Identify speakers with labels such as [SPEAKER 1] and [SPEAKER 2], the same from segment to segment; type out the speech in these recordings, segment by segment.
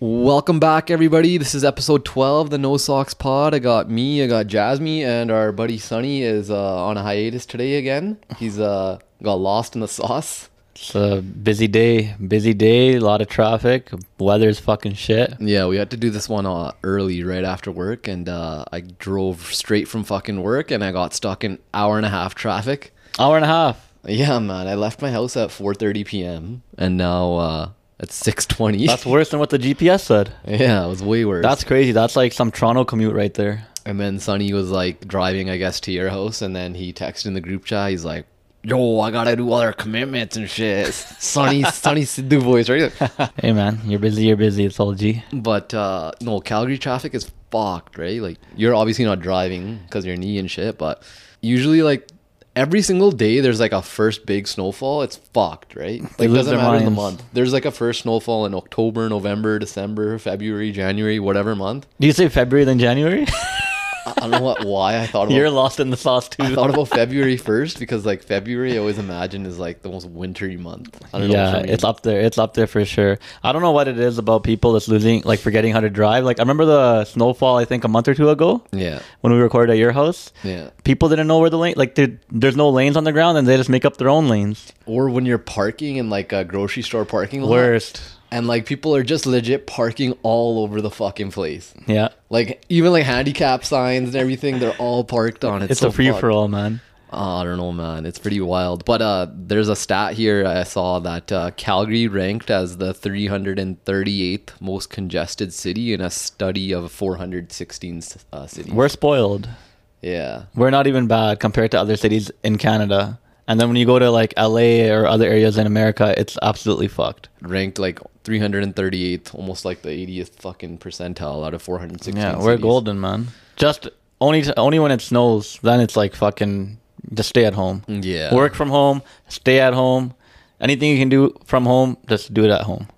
[SPEAKER 1] Welcome back, everybody. This is episode 12, the No Socks Pod. I got me, I got Jasmine, and our buddy Sunny is uh, on a hiatus today again. He's uh, got lost in the sauce.
[SPEAKER 2] It's a busy day, busy day, a lot of traffic, weather's fucking shit.
[SPEAKER 1] Yeah, we had to do this one uh, early, right after work, and uh, I drove straight from fucking work, and I got stuck in hour and a half traffic.
[SPEAKER 2] Hour and a half.
[SPEAKER 1] Yeah, man. I left my house at 4:30 p.m. and now uh, it's 6:20.
[SPEAKER 2] That's worse than what the GPS said.
[SPEAKER 1] yeah, it was way worse.
[SPEAKER 2] That's crazy. That's like some Toronto commute right there.
[SPEAKER 1] And then Sonny was like driving, I guess, to your house. And then he texted in the group chat. He's like, Yo, I gotta do other commitments and shit. Sonny, Sonny Sidhu voice, right? He's like,
[SPEAKER 2] Hey man, you're busy, you're busy. It's all G.
[SPEAKER 1] But uh, no, Calgary traffic is fucked, right? Like, you're obviously not driving because your knee and shit. But usually, like, every single day there's like a first big snowfall. It's fucked, right? Like,
[SPEAKER 2] lose
[SPEAKER 1] doesn't
[SPEAKER 2] their
[SPEAKER 1] matter the
[SPEAKER 2] minds.
[SPEAKER 1] month. There's like a first snowfall in October, November, December, February, January, whatever month.
[SPEAKER 2] Do you say February then January?
[SPEAKER 1] I I don't know what, why I thought about
[SPEAKER 2] you're lost in the sauce too.
[SPEAKER 1] I thought about February first because like February I always imagine is like the most wintry month. I don't know
[SPEAKER 2] yeah,
[SPEAKER 1] for me.
[SPEAKER 2] it's up there. It's up there for sure. I don't know what it is about people that's losing, like forgetting how to drive. Like I remember the snowfall, I think a month or two ago
[SPEAKER 1] yeah,
[SPEAKER 2] when we recorded at your house.
[SPEAKER 1] yeah.
[SPEAKER 2] People didn't know where the lane, like there- there's no lanes on the ground, and they just make up their own lanes.
[SPEAKER 1] Or when you're parking in like a grocery store parking lot,
[SPEAKER 2] Worst.
[SPEAKER 1] and like people are just legit parking all over the fucking place.
[SPEAKER 2] Yeah.
[SPEAKER 1] Like even like handicap signs and everything, they're all parked on. It's,
[SPEAKER 2] It's
[SPEAKER 1] so
[SPEAKER 2] a free
[SPEAKER 1] fucked.
[SPEAKER 2] for all, man.
[SPEAKER 1] Oh, I don't know, man. It's pretty wild. But uh, there's a stat here I saw that uh, Calgary ranked as the 338th most congested city in a study of 416 uh, cities.
[SPEAKER 2] We're spoiled.
[SPEAKER 1] yeah.
[SPEAKER 2] We're not even bad compared to other cities in Canada. And then when you go to like LA or other areas in America, it's absolutely fucked.
[SPEAKER 1] ranked like 338th, almost like the 80th fucking percentile out of 416.
[SPEAKER 2] Yeah, we're
[SPEAKER 1] cities.
[SPEAKER 2] golden, man. Just only only when it snows, then it's like fucking just stay at home.
[SPEAKER 1] Yeah.
[SPEAKER 2] Work from home, stay at home. Anything you can do from home, just do it at home.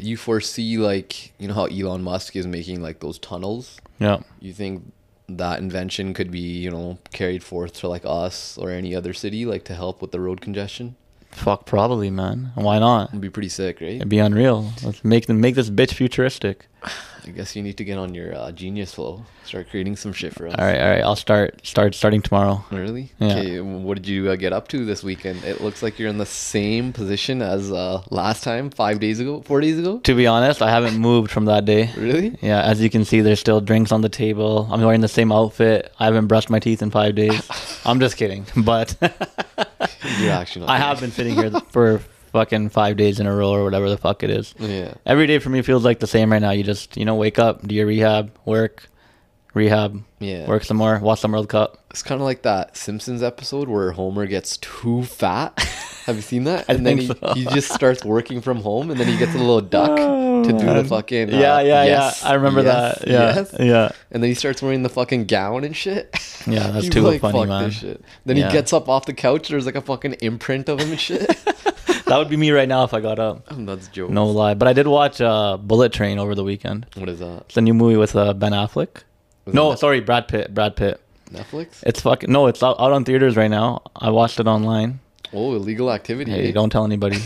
[SPEAKER 1] You foresee like you know how Elon Musk is making like those tunnels.
[SPEAKER 2] Yeah.
[SPEAKER 1] You think that invention could be you know carried forth to like us or any other city like to help with the road congestion?
[SPEAKER 2] Fuck probably, man. Why not?
[SPEAKER 1] It'd be pretty sick, right?
[SPEAKER 2] It'd be unreal. Let's make them make this bitch futuristic.
[SPEAKER 1] I guess you need to get on your uh, genius flow, start creating some shit for us.
[SPEAKER 2] All right, all right. I'll start start starting tomorrow.
[SPEAKER 1] Really?
[SPEAKER 2] Yeah.
[SPEAKER 1] Okay. What did you uh, get up to this weekend? It looks like you're in the same position as uh, last time, five days ago, four days ago.
[SPEAKER 2] To be honest, I haven't moved from that day.
[SPEAKER 1] Really?
[SPEAKER 2] Yeah, as you can see, there's still drinks on the table. I'm wearing the same outfit. I haven't brushed my teeth in five days. I'm just kidding, but
[SPEAKER 1] You're actually not.
[SPEAKER 2] I have been sitting here for fucking five days in a row or whatever the fuck it is.
[SPEAKER 1] Yeah.
[SPEAKER 2] Every day for me feels like the same right now. You just you know wake up, do your rehab, work, rehab,
[SPEAKER 1] Yeah.
[SPEAKER 2] work some more, watch some World Cup.
[SPEAKER 1] It's kind of like that Simpsons episode where Homer gets too fat. have you seen that?
[SPEAKER 2] I
[SPEAKER 1] And then he,
[SPEAKER 2] think so.
[SPEAKER 1] he just starts working from home and then he gets a little duck to do the
[SPEAKER 2] Oh, man.
[SPEAKER 1] fucking. uh,
[SPEAKER 2] yeah, yeah,
[SPEAKER 1] yes,
[SPEAKER 2] yeah. I remember
[SPEAKER 1] yes,
[SPEAKER 2] that. Yeah,
[SPEAKER 1] yes.
[SPEAKER 2] yeah.
[SPEAKER 1] And then he starts wearing the fucking gown and shit.
[SPEAKER 2] Yeah, that's
[SPEAKER 1] He's
[SPEAKER 2] too funny,
[SPEAKER 1] "Fuck
[SPEAKER 2] man."
[SPEAKER 1] shit. Then
[SPEAKER 2] Yeah.
[SPEAKER 1] he gets up off the couch. There's like a fucking imprint of him and shit.
[SPEAKER 2] That would be me right now if I got up.
[SPEAKER 1] that's joke.
[SPEAKER 2] No lie, but I did watch uh, Bullet Train over the weekend.
[SPEAKER 1] What is that?
[SPEAKER 2] It's a new movie with uh, Ben Affleck.
[SPEAKER 1] With
[SPEAKER 2] no,
[SPEAKER 1] Nef-
[SPEAKER 2] sorry, Brad Pitt. Brad Pitt.
[SPEAKER 1] Netflix?
[SPEAKER 2] It's fucking no. It's out, out on theaters right now. I watched it online.
[SPEAKER 1] Oh, illegal activity.
[SPEAKER 2] Hey,
[SPEAKER 1] eh?
[SPEAKER 2] don't tell anybody.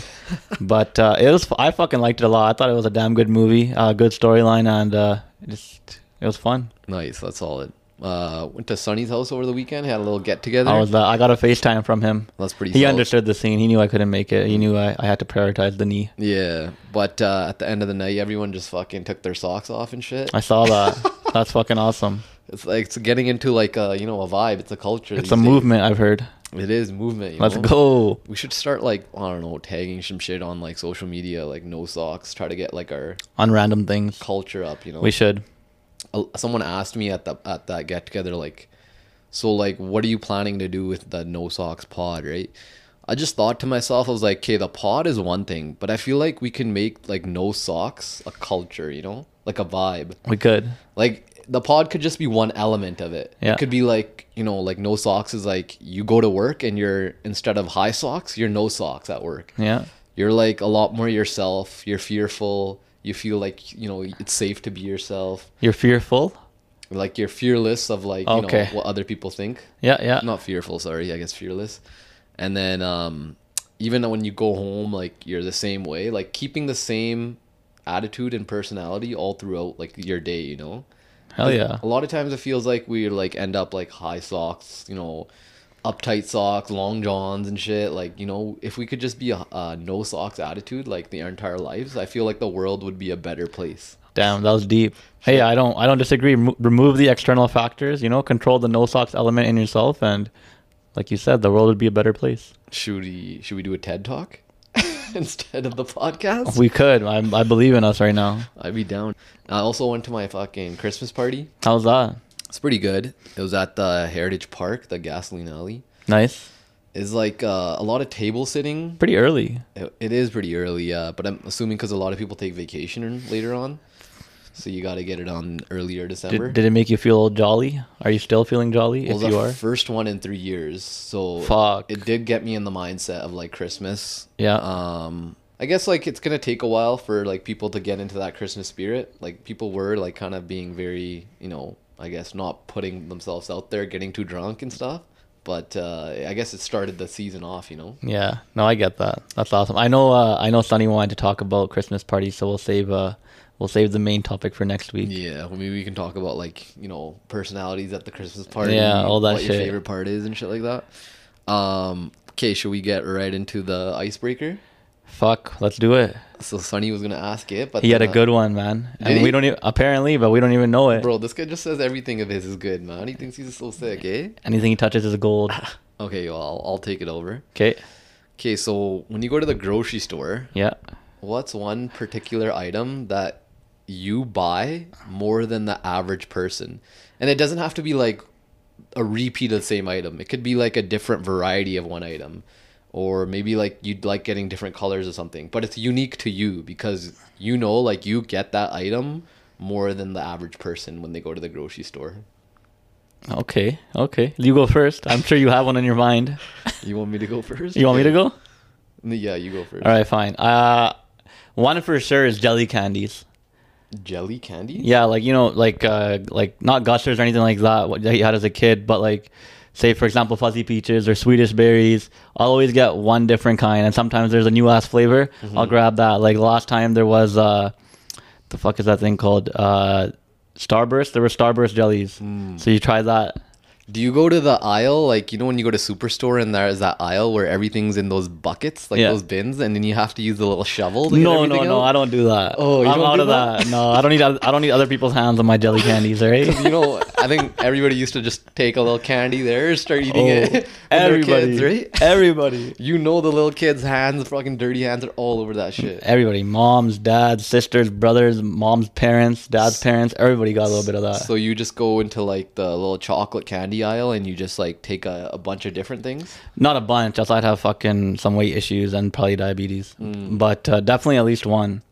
[SPEAKER 2] but uh, it was. I fucking liked it a lot. I thought it was a damn good movie. Uh, good storyline and uh, just it was fun.
[SPEAKER 1] Nice. That's solid. Uh, went to Sonny's house over the weekend. Had a little get together.
[SPEAKER 2] I was. Uh, I got a FaceTime from him.
[SPEAKER 1] That's pretty.
[SPEAKER 2] He
[SPEAKER 1] solid.
[SPEAKER 2] understood the scene. He knew I couldn't make it. He knew I, I had to prioritize the knee.
[SPEAKER 1] Yeah, but uh, at the end of the night, everyone just fucking took their socks off and shit.
[SPEAKER 2] I saw that. That's fucking awesome.
[SPEAKER 1] It's like it's getting into like a you know a vibe. It's a culture.
[SPEAKER 2] It's
[SPEAKER 1] these
[SPEAKER 2] a
[SPEAKER 1] days.
[SPEAKER 2] movement. I've heard.
[SPEAKER 1] It is movement. You
[SPEAKER 2] Let's
[SPEAKER 1] know?
[SPEAKER 2] go.
[SPEAKER 1] We should start like I don't know tagging some shit on like social media like no socks. Try to get like our
[SPEAKER 2] On random things.
[SPEAKER 1] culture up. You know,
[SPEAKER 2] We should.
[SPEAKER 1] Uh, someone asked me at the at that get together like, so like what are you planning to do with the no socks pod, right? I just thought to myself, I was like, okay, the pod is one thing, but I feel like we can make like no socks a culture. You know, like a vibe.
[SPEAKER 2] We could.
[SPEAKER 1] Like the pod could just be one element of it.
[SPEAKER 2] Yeah.
[SPEAKER 1] It could be like, you know, like no socks is like you go to work and you're instead of high socks, you're no socks at work.
[SPEAKER 2] Yeah.
[SPEAKER 1] You're like a lot more yourself. You're fearful. You feel like, you know, it's safe to be yourself.
[SPEAKER 2] You're fearful.
[SPEAKER 1] Like you're fearless of like, you
[SPEAKER 2] Okay.
[SPEAKER 1] know, what other people think.
[SPEAKER 2] Yeah. Yeah.
[SPEAKER 1] Not fearful, sorry, I guess fearless. And then um even when you go home, like you're the same way. Like keeping the same attitude and personality all throughout like your day, you know?
[SPEAKER 2] Hell yeah.
[SPEAKER 1] A lot of times it feels like we like end up like high socks, you know, uptight socks, long johns and shit. Like, you know, if we could just be a, a no socks attitude like the entire lives, I feel like the world would be a better place.
[SPEAKER 2] Damn, that was deep. Hey, I don't, I don't disagree. Remo- remove the external factors. You know, control the no socks element in yourself, and like you said, the world would be a better place.
[SPEAKER 1] Should we should we do a TED talk instead of the podcast?
[SPEAKER 2] We could. I, I believe in us right now.
[SPEAKER 1] I'd be down. I also went to my fucking Christmas party.
[SPEAKER 2] How's that?
[SPEAKER 1] It's pretty good. It was at the Heritage Park, the gasoline alley.
[SPEAKER 2] Nice.
[SPEAKER 1] It's like uh, a lot of table sitting.
[SPEAKER 2] Pretty early.
[SPEAKER 1] It, it is pretty early, uh, but I'm assuming because a lot of people take vacation and- later on, so you got to get it on earlier December.
[SPEAKER 2] Did, did it make you feel jolly? Are you still feeling jolly?
[SPEAKER 1] it was
[SPEAKER 2] if you
[SPEAKER 1] the
[SPEAKER 2] are,
[SPEAKER 1] first one in three years, so
[SPEAKER 2] Fuck.
[SPEAKER 1] it did get me in the mindset of like Christmas.
[SPEAKER 2] Yeah.
[SPEAKER 1] Um, I guess like it's gonna take a while for like people to get into that Christmas spirit. Like people were like kind of being very, you know, I guess not putting themselves out there, getting too drunk and stuff. But uh, I guess it started the season off, you know.
[SPEAKER 2] Yeah, no, I get that. That's awesome. I know. Uh, I know. Sunny wanted to talk about Christmas parties, so we'll save. Uh, we'll save the main topic for next week.
[SPEAKER 1] Yeah, well, maybe we can talk about like you know personalities at the Christmas party.
[SPEAKER 2] Yeah, all that
[SPEAKER 1] what
[SPEAKER 2] shit.
[SPEAKER 1] your favorite part is and shit like that. Um, okay, should we get right into the icebreaker?
[SPEAKER 2] Fuck, let's do it.
[SPEAKER 1] So Sonny was gonna ask it, but
[SPEAKER 2] He had a
[SPEAKER 1] then, uh,
[SPEAKER 2] good one, man.
[SPEAKER 1] Did
[SPEAKER 2] And
[SPEAKER 1] he?
[SPEAKER 2] we don't even, apparently, but we don't even know it.
[SPEAKER 1] bro. This guy just says everything of his is good, man. He thinks he's so sick, eh?
[SPEAKER 2] Anything he touches is gold.
[SPEAKER 1] Okay, well, I'll, I'll take it over.
[SPEAKER 2] Okay.
[SPEAKER 1] Okay, so when you go to the grocery store,
[SPEAKER 2] Yeah.
[SPEAKER 1] what's one particular item that you buy more than the average person? And it doesn't have to be like a repeat of the same item. It could be like a different variety of one item. Or maybe like you'd like getting different colors or something, but it's unique to you because you know, like you get that item more than the average person when they go to the grocery store.
[SPEAKER 2] Okay. Okay. You go first. I'm sure you have one in your mind.
[SPEAKER 1] You want me to go first?
[SPEAKER 2] You want me to go?
[SPEAKER 1] Yeah, you go first.
[SPEAKER 2] All right, fine. Uh, one for sure is jelly candies.
[SPEAKER 1] Jelly candy?
[SPEAKER 2] Yeah, like you know, like uh, like not gushers or anything like that. What you had as a kid, but like, say for example, fuzzy peaches or Swedish berries. I'll always get one different kind, and sometimes there's a new ass flavor.
[SPEAKER 1] Mm-hmm.
[SPEAKER 2] I'll grab that. Like last time there was uh, the fuck is that thing called uh, Starburst? There were Starburst jellies.
[SPEAKER 1] Mm.
[SPEAKER 2] So you try that.
[SPEAKER 1] Do you go to the aisle like you know when you go to superstore and there's that aisle where everything's in those buckets like
[SPEAKER 2] Yeah.
[SPEAKER 1] those bins and then you have to use the little shovel? To get
[SPEAKER 2] No, no,
[SPEAKER 1] everything
[SPEAKER 2] no!
[SPEAKER 1] out?
[SPEAKER 2] I don't do that.
[SPEAKER 1] Oh, you
[SPEAKER 2] I'm
[SPEAKER 1] don't
[SPEAKER 2] out
[SPEAKER 1] do
[SPEAKER 2] of
[SPEAKER 1] that?
[SPEAKER 2] that. No, I don't need. I don't need other people's hands on my jelly candies. All right.
[SPEAKER 1] You know, I think everybody used to just take a little candy there, start eating
[SPEAKER 2] Oh,
[SPEAKER 1] it. when they were
[SPEAKER 2] everybody,
[SPEAKER 1] kids, right?
[SPEAKER 2] everybody.
[SPEAKER 1] You know the little kids' hands, fucking dirty hands are all over
[SPEAKER 2] Mm,
[SPEAKER 1] that shit.
[SPEAKER 2] Everybody, moms, dads, sisters, brothers, mom's parents, dad's parents, everybody got a little bit of that.
[SPEAKER 1] So you just go into like the little chocolate candy aisle and you just like take a, a bunch of different things.
[SPEAKER 2] Not a bunch, else I'd have fucking some weight issues and probably diabetes.
[SPEAKER 1] Hmm.
[SPEAKER 2] But uh, definitely at least one.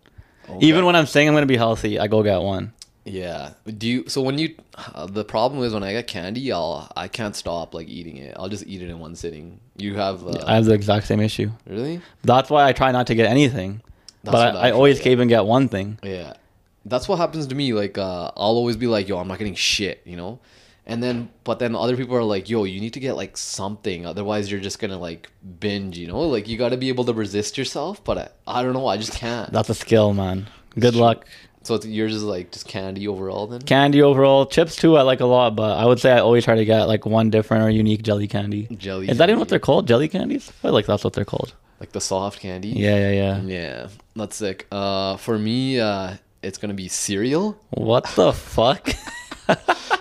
[SPEAKER 2] Even when I'm saying I'm going to be healthy, I go get one.
[SPEAKER 1] Yeah. Do you? So when you, uh, the problem is when I get candy, I'll I can't stop like eating it. I'll just eat it in one sitting. You have uh,
[SPEAKER 2] I have the exact same issue.
[SPEAKER 1] really?
[SPEAKER 2] That's why I try not to get anything.
[SPEAKER 1] That's
[SPEAKER 2] but
[SPEAKER 1] what
[SPEAKER 2] I, I
[SPEAKER 1] I
[SPEAKER 2] always
[SPEAKER 1] feel,
[SPEAKER 2] cave and get one thing.
[SPEAKER 1] Yeah. That's what happens to me. Like uh, I'll always be like, yo, I'm not getting shit, you know. And then, but then other people are like, yo, you need to get like something, otherwise you're just gonna like binge, you know. Like you got to be able to resist yourself. But I, I don't know, I just can't.
[SPEAKER 2] That's a skill, man. Good luck.
[SPEAKER 1] so it's, yours is like just candy overall then.
[SPEAKER 2] Candy overall, chips too, I like a lot, but I would say I always try to get like one different or unique jelly candy.
[SPEAKER 1] Jelly
[SPEAKER 2] Is that even what
[SPEAKER 1] candy.
[SPEAKER 2] they're called? Jelly candies? I feel like that's what they're called.
[SPEAKER 1] like the soft candy.
[SPEAKER 2] Yeah, yeah, yeah.
[SPEAKER 1] Yeah, that's sick. Uh, for me, uh, it's gonna be cereal.
[SPEAKER 2] What the fuck?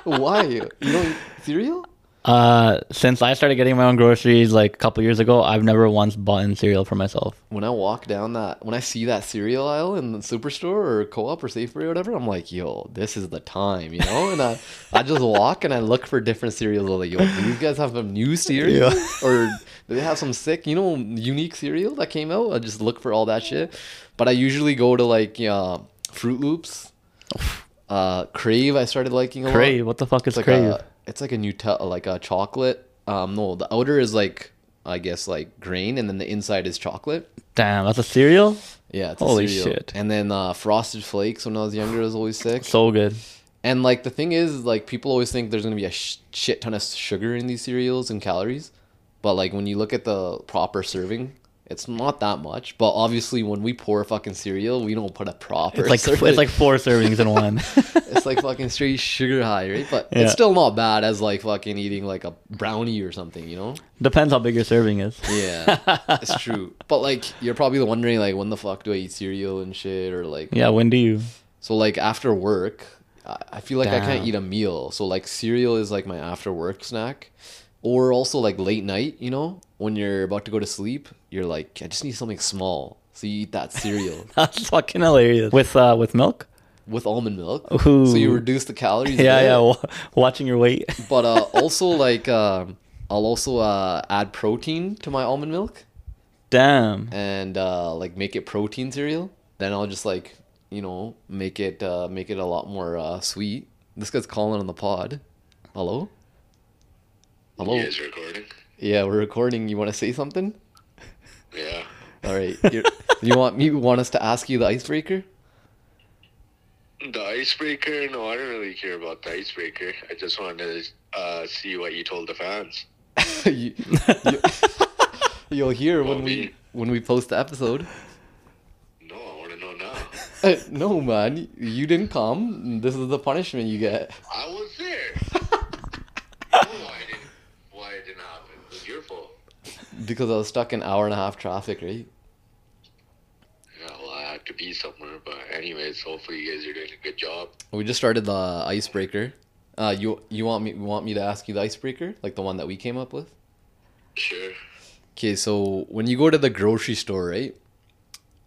[SPEAKER 1] Why? You don't eat cereal?
[SPEAKER 2] Uh, since I started getting my own groceries like a couple years ago, I've never once bought in cereal for myself.
[SPEAKER 1] When I walk down that, when I see that cereal aisle in the superstore or co-op or Safeway or whatever, I'm like, yo, this is the time, you know. And I, I just walk and I look for different cereals. I'm like, yo, do these guys have a new cereal,
[SPEAKER 2] Yeah.
[SPEAKER 1] or do they have some sick, you know, unique cereal that came out? I just look for all that shit. But I usually go to like uh, Fruit Loops, uh, Crave. I started liking a lot.
[SPEAKER 2] Crave, what the fuck is
[SPEAKER 1] It's like
[SPEAKER 2] crave?
[SPEAKER 1] a it's like a Nutella, like a chocolate. Um, no, the outer is like I guess like grain, and then the inside is chocolate.
[SPEAKER 2] Damn, that's a cereal.
[SPEAKER 1] Yeah, it's a
[SPEAKER 2] Holy
[SPEAKER 1] cereal.
[SPEAKER 2] shit.
[SPEAKER 1] And then uh, frosted flakes. When I was younger, I was always sick.
[SPEAKER 2] So good.
[SPEAKER 1] And like the thing is, like people always think there's gonna be a sh- shit ton of sugar in these cereals and calories, but like when you look at the proper serving, It's not that much, but obviously when we pour fucking cereal, we don't put a proper.
[SPEAKER 2] It's like
[SPEAKER 1] serving.
[SPEAKER 2] it's like four servings in one.
[SPEAKER 1] it's like fucking straight sugar high, right? But
[SPEAKER 2] Yeah.
[SPEAKER 1] it's still not bad as like fucking eating like a brownie or something, you know?
[SPEAKER 2] Depends how big your serving is.
[SPEAKER 1] Yeah, it's true. But like you're probably wondering like when the fuck do I eat cereal and shit or like
[SPEAKER 2] Yeah, when do you?
[SPEAKER 1] so like after work, I I feel like I
[SPEAKER 2] Damn.
[SPEAKER 1] can't eat a meal. So like cereal is like my after work snack, or also like late night. You know, when you're about to go to sleep, you're like, I just need something small. So you eat that cereal
[SPEAKER 2] That's fucking hilarious. With uh, with milk.
[SPEAKER 1] with almond milk. So
[SPEAKER 2] Ooh.
[SPEAKER 1] you reduce the calories.
[SPEAKER 2] Yeah,
[SPEAKER 1] there.
[SPEAKER 2] yeah. wa watching your weight.
[SPEAKER 1] But uh, also like um, I'll also uh, add protein to my almond milk
[SPEAKER 2] Damn.
[SPEAKER 1] and uh, like make it protein cereal. Then I'll just like you know make it uh, make it a lot more uh, sweet. This guy's calling on the pod. Hello. Hello.
[SPEAKER 3] You guys recording?
[SPEAKER 1] Yeah, we're recording. You want to say something?
[SPEAKER 3] Yeah.
[SPEAKER 1] All right. You're- you want me? Want us to ask you the icebreaker?
[SPEAKER 3] The icebreaker? No, I don't really care about the icebreaker. I just wanted to uh, see what you told the fans.
[SPEAKER 1] you, will hear when
[SPEAKER 3] Well,
[SPEAKER 1] we
[SPEAKER 3] me.
[SPEAKER 1] when we post the episode.
[SPEAKER 3] No, I want to know now.
[SPEAKER 1] Uh, no, man, you didn't come. This is the punishment you get.
[SPEAKER 3] I was there. I don't know why it didn't, why it didn't happen? It was your fault.
[SPEAKER 1] Because I was stuck in hour and a half traffic, right?
[SPEAKER 3] Yeah, well, I have to be somewhere. But anyways, hopefully you guys are doing a good job.
[SPEAKER 1] We just started the icebreaker. Uh, you you want me you want me to ask you the icebreaker, like the one that we came up with?
[SPEAKER 3] Sure.
[SPEAKER 1] Okay, so when you go to the grocery store, right?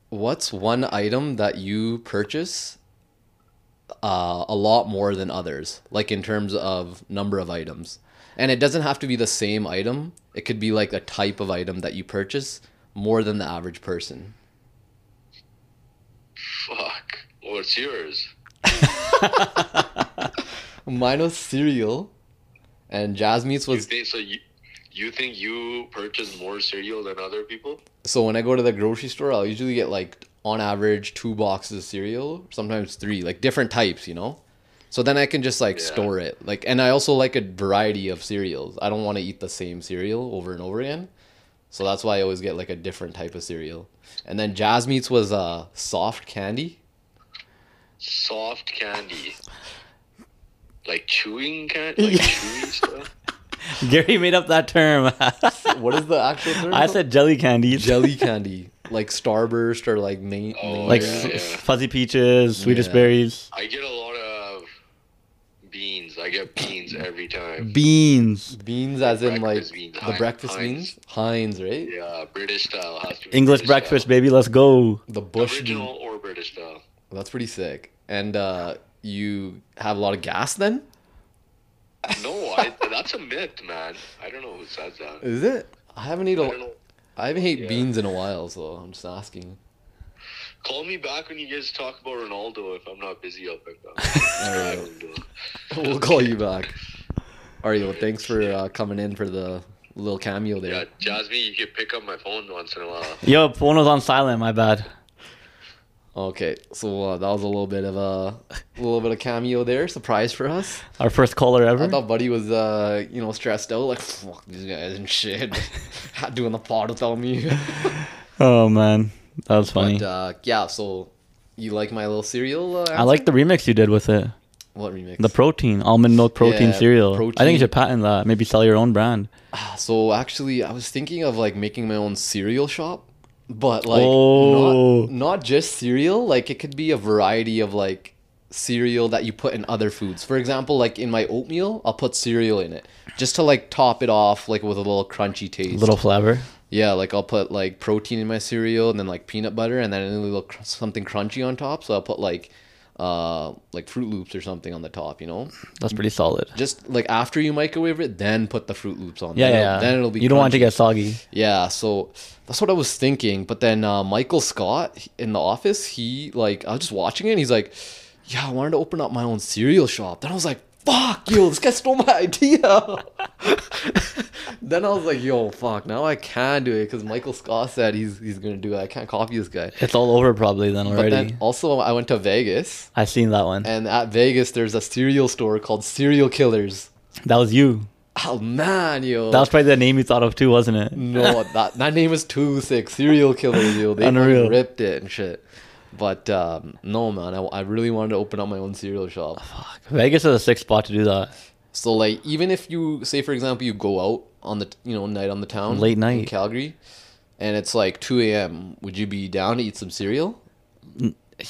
[SPEAKER 1] What's one item that you purchase uh, a lot more than others, like in terms of number of items? And it doesn't have to be the same item. It could be like a type of item that you purchase more than the average person.
[SPEAKER 3] Fuck. What's yours?
[SPEAKER 1] Mine was cereal, and Jasmine's
[SPEAKER 3] You
[SPEAKER 1] was.
[SPEAKER 3] think, so you, you think you purchase more cereal than other people?
[SPEAKER 1] So when I go to the grocery store, I'll usually get like on average two boxes of cereal, sometimes three, like different types, you know. So then I can just like
[SPEAKER 3] Yeah.
[SPEAKER 1] store it. Like and I also like a variety of cereals. I don't want to eat the same cereal over and over again. So that's why I always get like a different type of cereal. And then Jasmine's was uh soft candy.
[SPEAKER 3] soft candy. Like chewing candy? Like chewy stuff?
[SPEAKER 2] Gary made up that term.
[SPEAKER 1] What is the actual term?
[SPEAKER 2] I said jelly candies.
[SPEAKER 1] jelly candy, like Starburst or like main,
[SPEAKER 3] Oh,
[SPEAKER 2] like
[SPEAKER 3] Yeah,
[SPEAKER 2] f-
[SPEAKER 3] yeah.
[SPEAKER 2] fuzzy peaches, Swedish
[SPEAKER 1] Yeah.
[SPEAKER 2] berries,
[SPEAKER 3] I get a lot of beans. I get beans every time.
[SPEAKER 2] beans,
[SPEAKER 1] beans as in like
[SPEAKER 3] Breakfast beans,
[SPEAKER 1] the
[SPEAKER 3] Hein-
[SPEAKER 1] breakfast
[SPEAKER 3] Heinz.
[SPEAKER 1] beans, Heinz, right?
[SPEAKER 3] Yeah, British style. Has to be
[SPEAKER 2] English
[SPEAKER 3] British
[SPEAKER 2] breakfast,
[SPEAKER 3] style.
[SPEAKER 2] baby. Let's go.
[SPEAKER 1] The bush bean.
[SPEAKER 3] Original or British style.
[SPEAKER 1] That's pretty sick. And uh, you have a lot of gas then?
[SPEAKER 3] No, I, that's a myth, man. I don't know who says that.
[SPEAKER 1] Is it? I haven't
[SPEAKER 3] I don't
[SPEAKER 1] eaten.
[SPEAKER 3] know.
[SPEAKER 1] I haven't ate
[SPEAKER 3] Yeah.
[SPEAKER 1] beans in a while, so I'm just asking.
[SPEAKER 3] Call me back when you guys talk about Ronaldo if I'm not busy up like
[SPEAKER 1] Alright.
[SPEAKER 3] that.
[SPEAKER 1] We'll call you back. All right, well, thanks for uh, coming in for the little cameo there.
[SPEAKER 3] yeah, Jasmine, you can pick up my phone once in a while.
[SPEAKER 2] Yo, phone was on silent. My bad.
[SPEAKER 1] Okay, so uh, that was a little bit of a, a little bit of cameo there, surprise for us.
[SPEAKER 2] Our first caller
[SPEAKER 1] I
[SPEAKER 2] ever.
[SPEAKER 1] thought Buddy was, uh, you know, stressed out, like fuck these guys and shit, not doing the pod without me.
[SPEAKER 2] Oh man, that was funny.
[SPEAKER 1] but uh, yeah, so you like my little cereal? Uh,
[SPEAKER 2] I like the remix you did with it.
[SPEAKER 1] what remix?
[SPEAKER 2] The protein, almond milk protein
[SPEAKER 1] Yeah,
[SPEAKER 2] cereal. I think
[SPEAKER 1] protein.
[SPEAKER 2] you should patent that. Maybe sell your own brand.
[SPEAKER 1] So actually, I was thinking of like making my own cereal shop, but like
[SPEAKER 2] Oh.
[SPEAKER 1] not not just cereal. Like it could be a variety of like cereal that you put in other foods. For example, like in my oatmeal, I'll put cereal in it just to like top it off, like with a little crunchy taste.
[SPEAKER 2] Little flavor.
[SPEAKER 1] Yeah, like I'll put like protein in my cereal and then like peanut butter and then a little cr- something crunchy on top. So I'll put like uh like Fruit Loops or something on the top. You know,
[SPEAKER 2] That's pretty solid.
[SPEAKER 1] just like after you microwave it, then put the Fruit Loops on.
[SPEAKER 2] Yeah,
[SPEAKER 1] Then
[SPEAKER 2] yeah.
[SPEAKER 1] it'll-
[SPEAKER 2] yeah.
[SPEAKER 1] Then it'll be.
[SPEAKER 2] You don't want it to
[SPEAKER 1] crunchy.
[SPEAKER 2] get soggy.
[SPEAKER 1] Yeah, so that's what I was thinking. But then uh, Michael Scott in the office, he like I was just watching it. and He's like, "Yeah, I wanted to open up my own cereal shop." Then I was like, "Fuck, yo, this guy stole my idea." then I was like, "Yo, fuck, now I can do it because Michael Scott said he's he's gonna do it. I can't copy this guy."
[SPEAKER 2] It's all over probably then
[SPEAKER 1] But
[SPEAKER 2] already.
[SPEAKER 1] then also I went to Vegas,
[SPEAKER 2] I've seen that one.
[SPEAKER 1] and at Vegas there's a cereal store called Cereal Killers.
[SPEAKER 2] That was you.
[SPEAKER 1] Oh man, yo.
[SPEAKER 2] That was probably the name you thought of too, wasn't it?
[SPEAKER 1] no, that that name is too sick. Serial killer, yo. They fucking
[SPEAKER 2] Unreal.
[SPEAKER 1] ripped it and shit. But um, no, man, I, I really wanted to open up my own cereal shop.
[SPEAKER 2] Vegas is a sick spot to do that.
[SPEAKER 1] So like, even if you say, for example, you go out on the you know night on the town,
[SPEAKER 2] Late
[SPEAKER 1] in
[SPEAKER 2] night.
[SPEAKER 1] Calgary, and it's like two a.m. Would you be down to eat some cereal?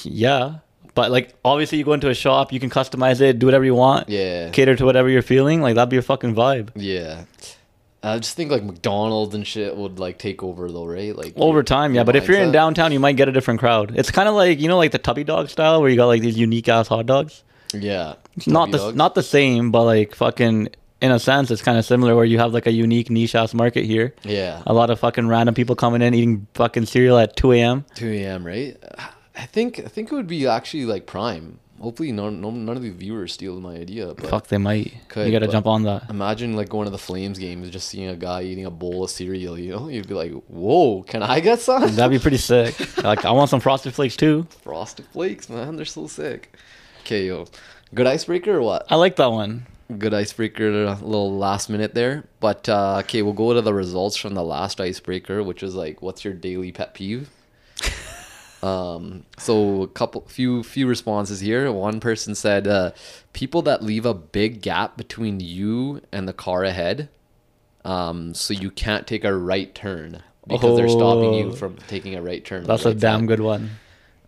[SPEAKER 2] Yeah. But like obviously you go into a shop, you can customize it, do whatever you want.
[SPEAKER 1] Yeah.
[SPEAKER 2] Cater to whatever you're feeling. Like that'd be a fucking vibe.
[SPEAKER 1] Yeah. I just think like McDonald's and shit would like take over though, right? Like
[SPEAKER 2] Over
[SPEAKER 1] your-
[SPEAKER 2] time, yeah.
[SPEAKER 1] your
[SPEAKER 2] But if you're in
[SPEAKER 1] mindset.
[SPEAKER 2] downtown you might get a different crowd. It's kinda like you know like the tubby dog style where you got like these unique ass hot dogs.
[SPEAKER 1] yeah,
[SPEAKER 2] not
[SPEAKER 1] Tubby
[SPEAKER 2] the
[SPEAKER 1] Dog.
[SPEAKER 2] not the same, but like fucking in a sense it's kinda similar where you have like a unique niche ass market here.
[SPEAKER 1] yeah,
[SPEAKER 2] A lot of fucking random people coming in eating fucking cereal at two AM.
[SPEAKER 1] two a.m. Right? I think I think it would be actually like prime. Hopefully, no, no none of the viewers steal my idea. But
[SPEAKER 2] Fuck they might.
[SPEAKER 1] Could,
[SPEAKER 2] you gotta
[SPEAKER 1] but-
[SPEAKER 2] jump on that.
[SPEAKER 1] imagine like going to the Flames games, and just seeing a guy eating a bowl of cereal. You know, you'd be like, "Whoa, can I get some?"
[SPEAKER 2] That'd be pretty sick. Like I want some frosted flakes too.
[SPEAKER 1] Frosted Flakes, man, they're so sick. Okay, yo, good icebreaker or what?
[SPEAKER 2] I like that one.
[SPEAKER 1] Good icebreaker, a little last minute there. But uh, okay, we'll go to the results from the last icebreaker, which is like, what's your daily pet peeve? um, so a couple, few, few responses here. One person said, uh, people that leave a big gap between you and the car ahead, um, so you can't take a right turn because they're stopping you
[SPEAKER 2] Oh.
[SPEAKER 1] from taking a right turn. on the
[SPEAKER 2] That's a
[SPEAKER 1] right
[SPEAKER 2] damn
[SPEAKER 1] side.
[SPEAKER 2] good one.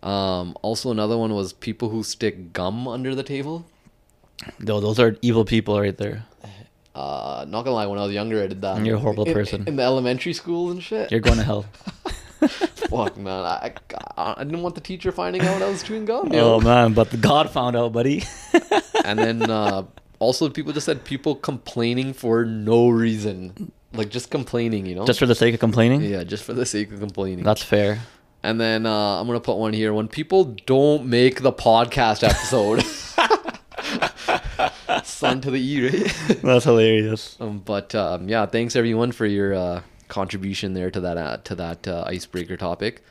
[SPEAKER 1] Um, also, another one was people who stick gum under the table.
[SPEAKER 2] Though those are evil people right there.
[SPEAKER 1] Uh, not gonna lie, when I was younger, I did that.
[SPEAKER 2] You're a horrible
[SPEAKER 1] in,
[SPEAKER 2] person.
[SPEAKER 1] In the elementary schools and shit.
[SPEAKER 2] You're going to hell.
[SPEAKER 1] Fuck, man. I, I, I didn't want the teacher finding out I was chewing gum.
[SPEAKER 2] oh
[SPEAKER 1] Yo.
[SPEAKER 2] man, but the God found out, buddy.
[SPEAKER 1] and then uh, also, people just said people complaining for no reason. Like, just complaining, you know?
[SPEAKER 2] Just for the sake of complaining.
[SPEAKER 1] yeah, just for the sake of complaining.
[SPEAKER 2] That's fair.
[SPEAKER 1] And then uh, I'm gonna put one here. When people don't make the podcast episode, son to the e, right?
[SPEAKER 2] That's hilarious.
[SPEAKER 1] Um, but um, yeah, thanks everyone for your uh, contribution there to that uh, to that uh, icebreaker topic.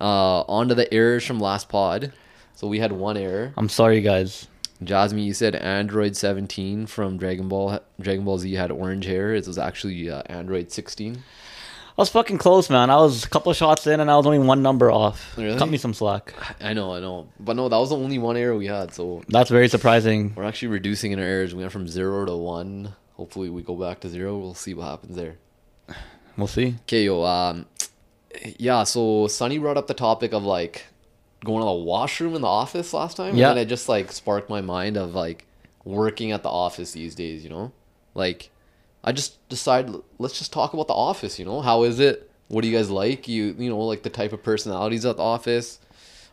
[SPEAKER 1] Uh, on to the errors from last pod. So we had one error.
[SPEAKER 2] I'm sorry, guys.
[SPEAKER 1] Jasmine, you said Android 17 from Dragon Ball Dragon Ball Z had orange hair. It was actually uh, Android 16.
[SPEAKER 2] I was fucking close, man. I was a couple shots in, and I was only one number off.
[SPEAKER 1] Really?
[SPEAKER 2] Cut me some slack.
[SPEAKER 1] I know, I know, but no, that was the only one error we had. So
[SPEAKER 2] That's very surprising.
[SPEAKER 1] we're actually reducing in our errors. We went from zero to one. Hopefully, we go back to zero. We'll see what happens there.
[SPEAKER 2] We'll see.
[SPEAKER 1] Okay, yo, um, yeah, so Sunny brought up the topic of like going to the washroom in the office last time.
[SPEAKER 2] Yeah.
[SPEAKER 1] And it just like sparked my mind of like working at the office these days, you know? Like, I just decided, l- let's just talk about the office, you know? How is it? What do you guys like? You, you know, like the type of personalities at the office.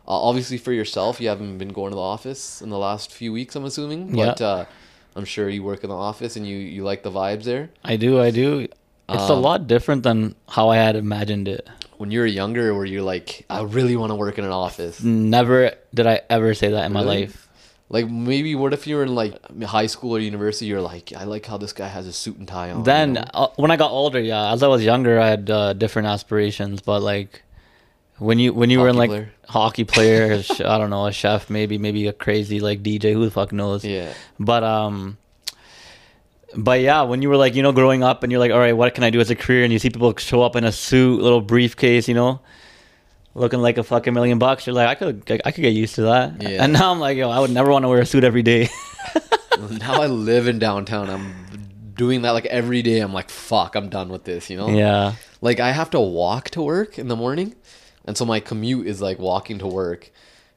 [SPEAKER 1] Uh, obviously, for yourself, you haven't been going to the office in the last few weeks, I'm assuming. But
[SPEAKER 2] Yeah.
[SPEAKER 1] uh, I'm sure you work in the office and you, you like the vibes there.
[SPEAKER 2] I do. I do. It's
[SPEAKER 1] Um,
[SPEAKER 2] a lot different than how I had imagined it.
[SPEAKER 1] when you were younger were you like i really want to work in an office
[SPEAKER 2] Never did I ever say that in my
[SPEAKER 1] Really?
[SPEAKER 2] life.
[SPEAKER 1] like maybe what if you were in like high school or university you're like i like how this guy has a suit and tie on you
[SPEAKER 2] Then
[SPEAKER 1] know?
[SPEAKER 2] uh, when I got older, yeah, as I was younger, I had uh, different aspirations. But like when you when you were in
[SPEAKER 1] Hockey
[SPEAKER 2] like
[SPEAKER 1] player.
[SPEAKER 2] hockey player, sh- I don't know, a chef, maybe maybe a crazy like DJ, who the fuck knows?
[SPEAKER 1] yeah
[SPEAKER 2] But um, but yeah, when you were like you know growing up and you're like, all right, what can I do as a career? And you see people show up in a suit, little briefcase, you know. Looking like a fucking million bucks, you're like I could I could get used to that.
[SPEAKER 1] Yeah.
[SPEAKER 2] And now I'm like, yo, I would never want to wear a suit every day.
[SPEAKER 1] now i live in downtown i'm doing that like every day i'm like fuck i'm done with this you know
[SPEAKER 2] yeah,
[SPEAKER 1] like i have to walk to work in the morning and so my commute is like walking to work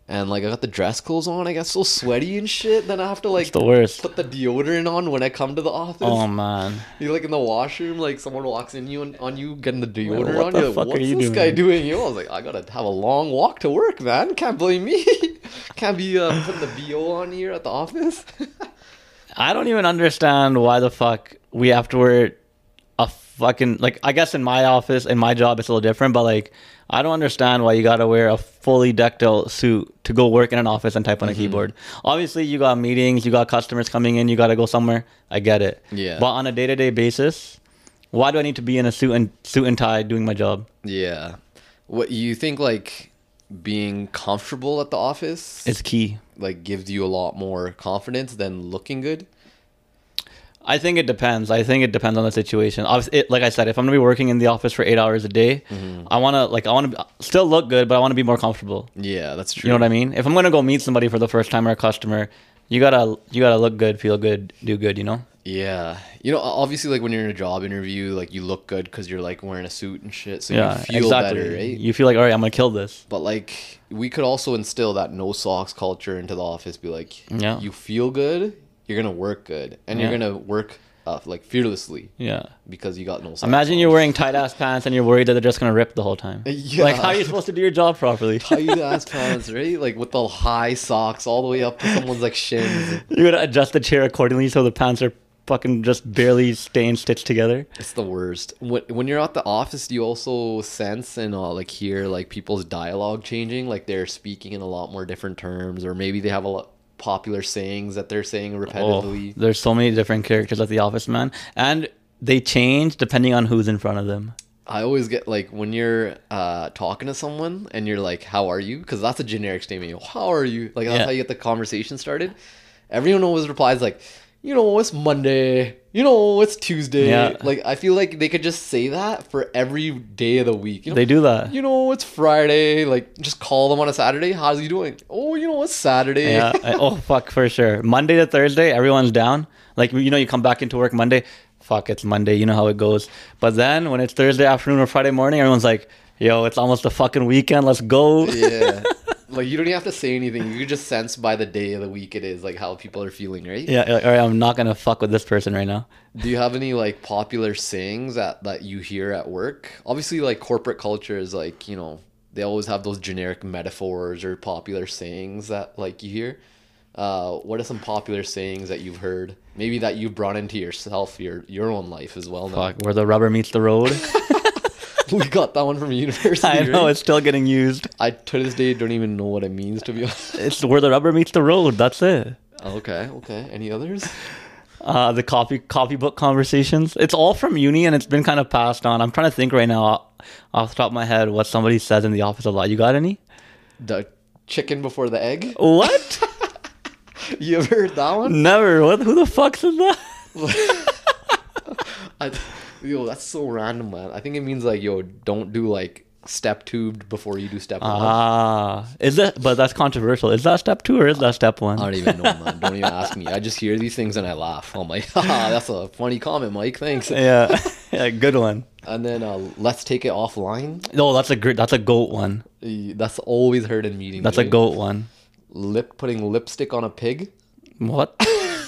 [SPEAKER 1] and like i got the dress clothes on i got so sweaty and shit then i have to like
[SPEAKER 2] it's the worst.
[SPEAKER 1] put the deodorant on when i come to the office
[SPEAKER 2] Oh man.
[SPEAKER 1] You're like in the washroom, like someone walks in you and on you getting the deodorant
[SPEAKER 2] what
[SPEAKER 1] on.
[SPEAKER 2] the
[SPEAKER 1] You're like,
[SPEAKER 2] fuck are
[SPEAKER 1] what's
[SPEAKER 2] you
[SPEAKER 1] this guy
[SPEAKER 2] doing?"
[SPEAKER 1] doing? You, I was like, I gotta have a long walk to work, man. Can't blame me. Can't be uh, putting the bo on here at the office.
[SPEAKER 2] I don't even understand why the fuck we have to wear a fucking like. I guess in my office, in my job, it's a little different, but like, I don't understand why you gotta wear a fully decked out suit to go work in an office and type on a keyboard. Obviously, you got meetings, you got customers coming in, you gotta go somewhere. I get it.
[SPEAKER 1] Yeah.
[SPEAKER 2] But on a day to day basis, why do I need to be in a suit and suit and tie doing my job?
[SPEAKER 1] yeah. What you think? Like being comfortable at the office,
[SPEAKER 2] It's key.
[SPEAKER 1] like gives you a lot more confidence than looking good.
[SPEAKER 2] I think it depends. I think it depends on the situation. Obviously, it, like I said, if I'm gonna be working in the office for eight hours a day,
[SPEAKER 1] Mm-hmm.
[SPEAKER 2] I wanna like I wanna still look good, but I wanna be more comfortable.
[SPEAKER 1] Yeah, that's true.
[SPEAKER 2] You know what I mean? If I'm gonna go meet somebody for the first time or a customer, you gotta you gotta look good, feel good, do good. You know?
[SPEAKER 1] Yeah, you know, o- obviously, like when you're in a job interview, like you look good because you're like wearing a suit and shit, so
[SPEAKER 2] Yeah,
[SPEAKER 1] you feel
[SPEAKER 2] exactly.
[SPEAKER 1] better, eh? right?
[SPEAKER 2] You feel like all right, I'm gonna kill this.
[SPEAKER 1] But like, we could also instill that no socks culture into the office. Be like,
[SPEAKER 2] Yeah.
[SPEAKER 1] you feel good, you're gonna work good, and
[SPEAKER 2] Yeah.
[SPEAKER 1] you're gonna work uh, like fearlessly
[SPEAKER 2] Yeah.
[SPEAKER 1] because you got no socks.
[SPEAKER 2] Imagine
[SPEAKER 1] on.
[SPEAKER 2] you're wearing tight ass pants and you're worried that they're just gonna rip the whole time.
[SPEAKER 1] Yeah.
[SPEAKER 2] Like how are you supposed to do your job properly?
[SPEAKER 1] tight ass pants, right? Like with the high socks all the way up to someone's like shins.
[SPEAKER 2] you gotta adjust the chair accordingly so the pants are fucking just barely staying stitched together.
[SPEAKER 1] It's the worst. When when you're at the office, you also sense and uh, like hear like people's dialogue changing. Like they're speaking in a lot more different terms, or maybe they have a lot popular sayings that they're saying
[SPEAKER 2] Oh,
[SPEAKER 1] repetitively.
[SPEAKER 2] there's so many different characters at the office, man, and they change depending on who's in front of them.
[SPEAKER 1] I always get like when you're uh, talking to someone and you're like, "How are you?" Because that's a generic statement. you know, How are you? Like that's
[SPEAKER 2] Yeah.
[SPEAKER 1] how you get the conversation started. Everyone always replies like, "You know, it's Monday. You know, it's Tuesday."
[SPEAKER 2] Yeah.
[SPEAKER 1] Like I feel like they could just say that for every day of the week. You know,
[SPEAKER 2] They do that.
[SPEAKER 1] You know, it's Friday. Like just call them on a Saturday. How's you doing? Oh, you know, it's Saturday.
[SPEAKER 2] Yeah. I- oh fuck, for sure. Monday to Thursday, everyone's down. Like you know, you come back into work Monday. Fuck, it's Monday. You know how it goes. But then when it's Thursday afternoon or Friday morning, everyone's like, "Yo, it's almost the fucking weekend. Let's go."
[SPEAKER 1] yeah. Like you don't even have to say anything. You can just sense by the day of the week it is, like how people are feeling, right?
[SPEAKER 2] Yeah, like, all right, I'm not gonna fuck with this person right now.
[SPEAKER 1] Do you have any like popular sayings that that you hear at work? Obviously, like corporate culture is like you know they always have those generic metaphors or popular sayings that like you hear. Uh, what are some popular sayings that you've heard? Maybe that you brought into yourself your your own life as well. Now.
[SPEAKER 2] Fuck, where the rubber meets the road.
[SPEAKER 1] we got that one from university.
[SPEAKER 2] I know
[SPEAKER 1] right?
[SPEAKER 2] it's still getting used.
[SPEAKER 1] I to this day don't even know what it means to be honest.
[SPEAKER 2] It's where the rubber meets the road. That's it.
[SPEAKER 1] Okay, okay. Any others?
[SPEAKER 2] Uh, the copy copy book conversations. It's all from uni, and it's been kind of passed on. I'm trying to think right now, off the top of my head, what somebody says in the office a lot. You got any?
[SPEAKER 1] The chicken before the
[SPEAKER 2] Oh.
[SPEAKER 1] egg.
[SPEAKER 2] What?
[SPEAKER 1] You ever heard that one?
[SPEAKER 2] Never. What? Who the fuck says that?
[SPEAKER 1] I, yo, that's so random, man. I think it means like, yo, don't do like step tubed before you do step one.
[SPEAKER 2] Ah, is that? But that's controversial. Is that step two or is that step one?
[SPEAKER 1] I don't even know, man. Don't even ask me. I just hear these things and I laugh. I'm like, haha, that's a funny comment, Mike. Thanks.
[SPEAKER 2] Yeah, yeah, good one.
[SPEAKER 1] And then uh, let's take it offline.
[SPEAKER 2] No, that's a great. That's a goat one.
[SPEAKER 1] Uh, That's always heard in meetings.
[SPEAKER 2] That's a
[SPEAKER 1] right?
[SPEAKER 2] goat one.
[SPEAKER 1] Lip putting lipstick on a pig.
[SPEAKER 2] What?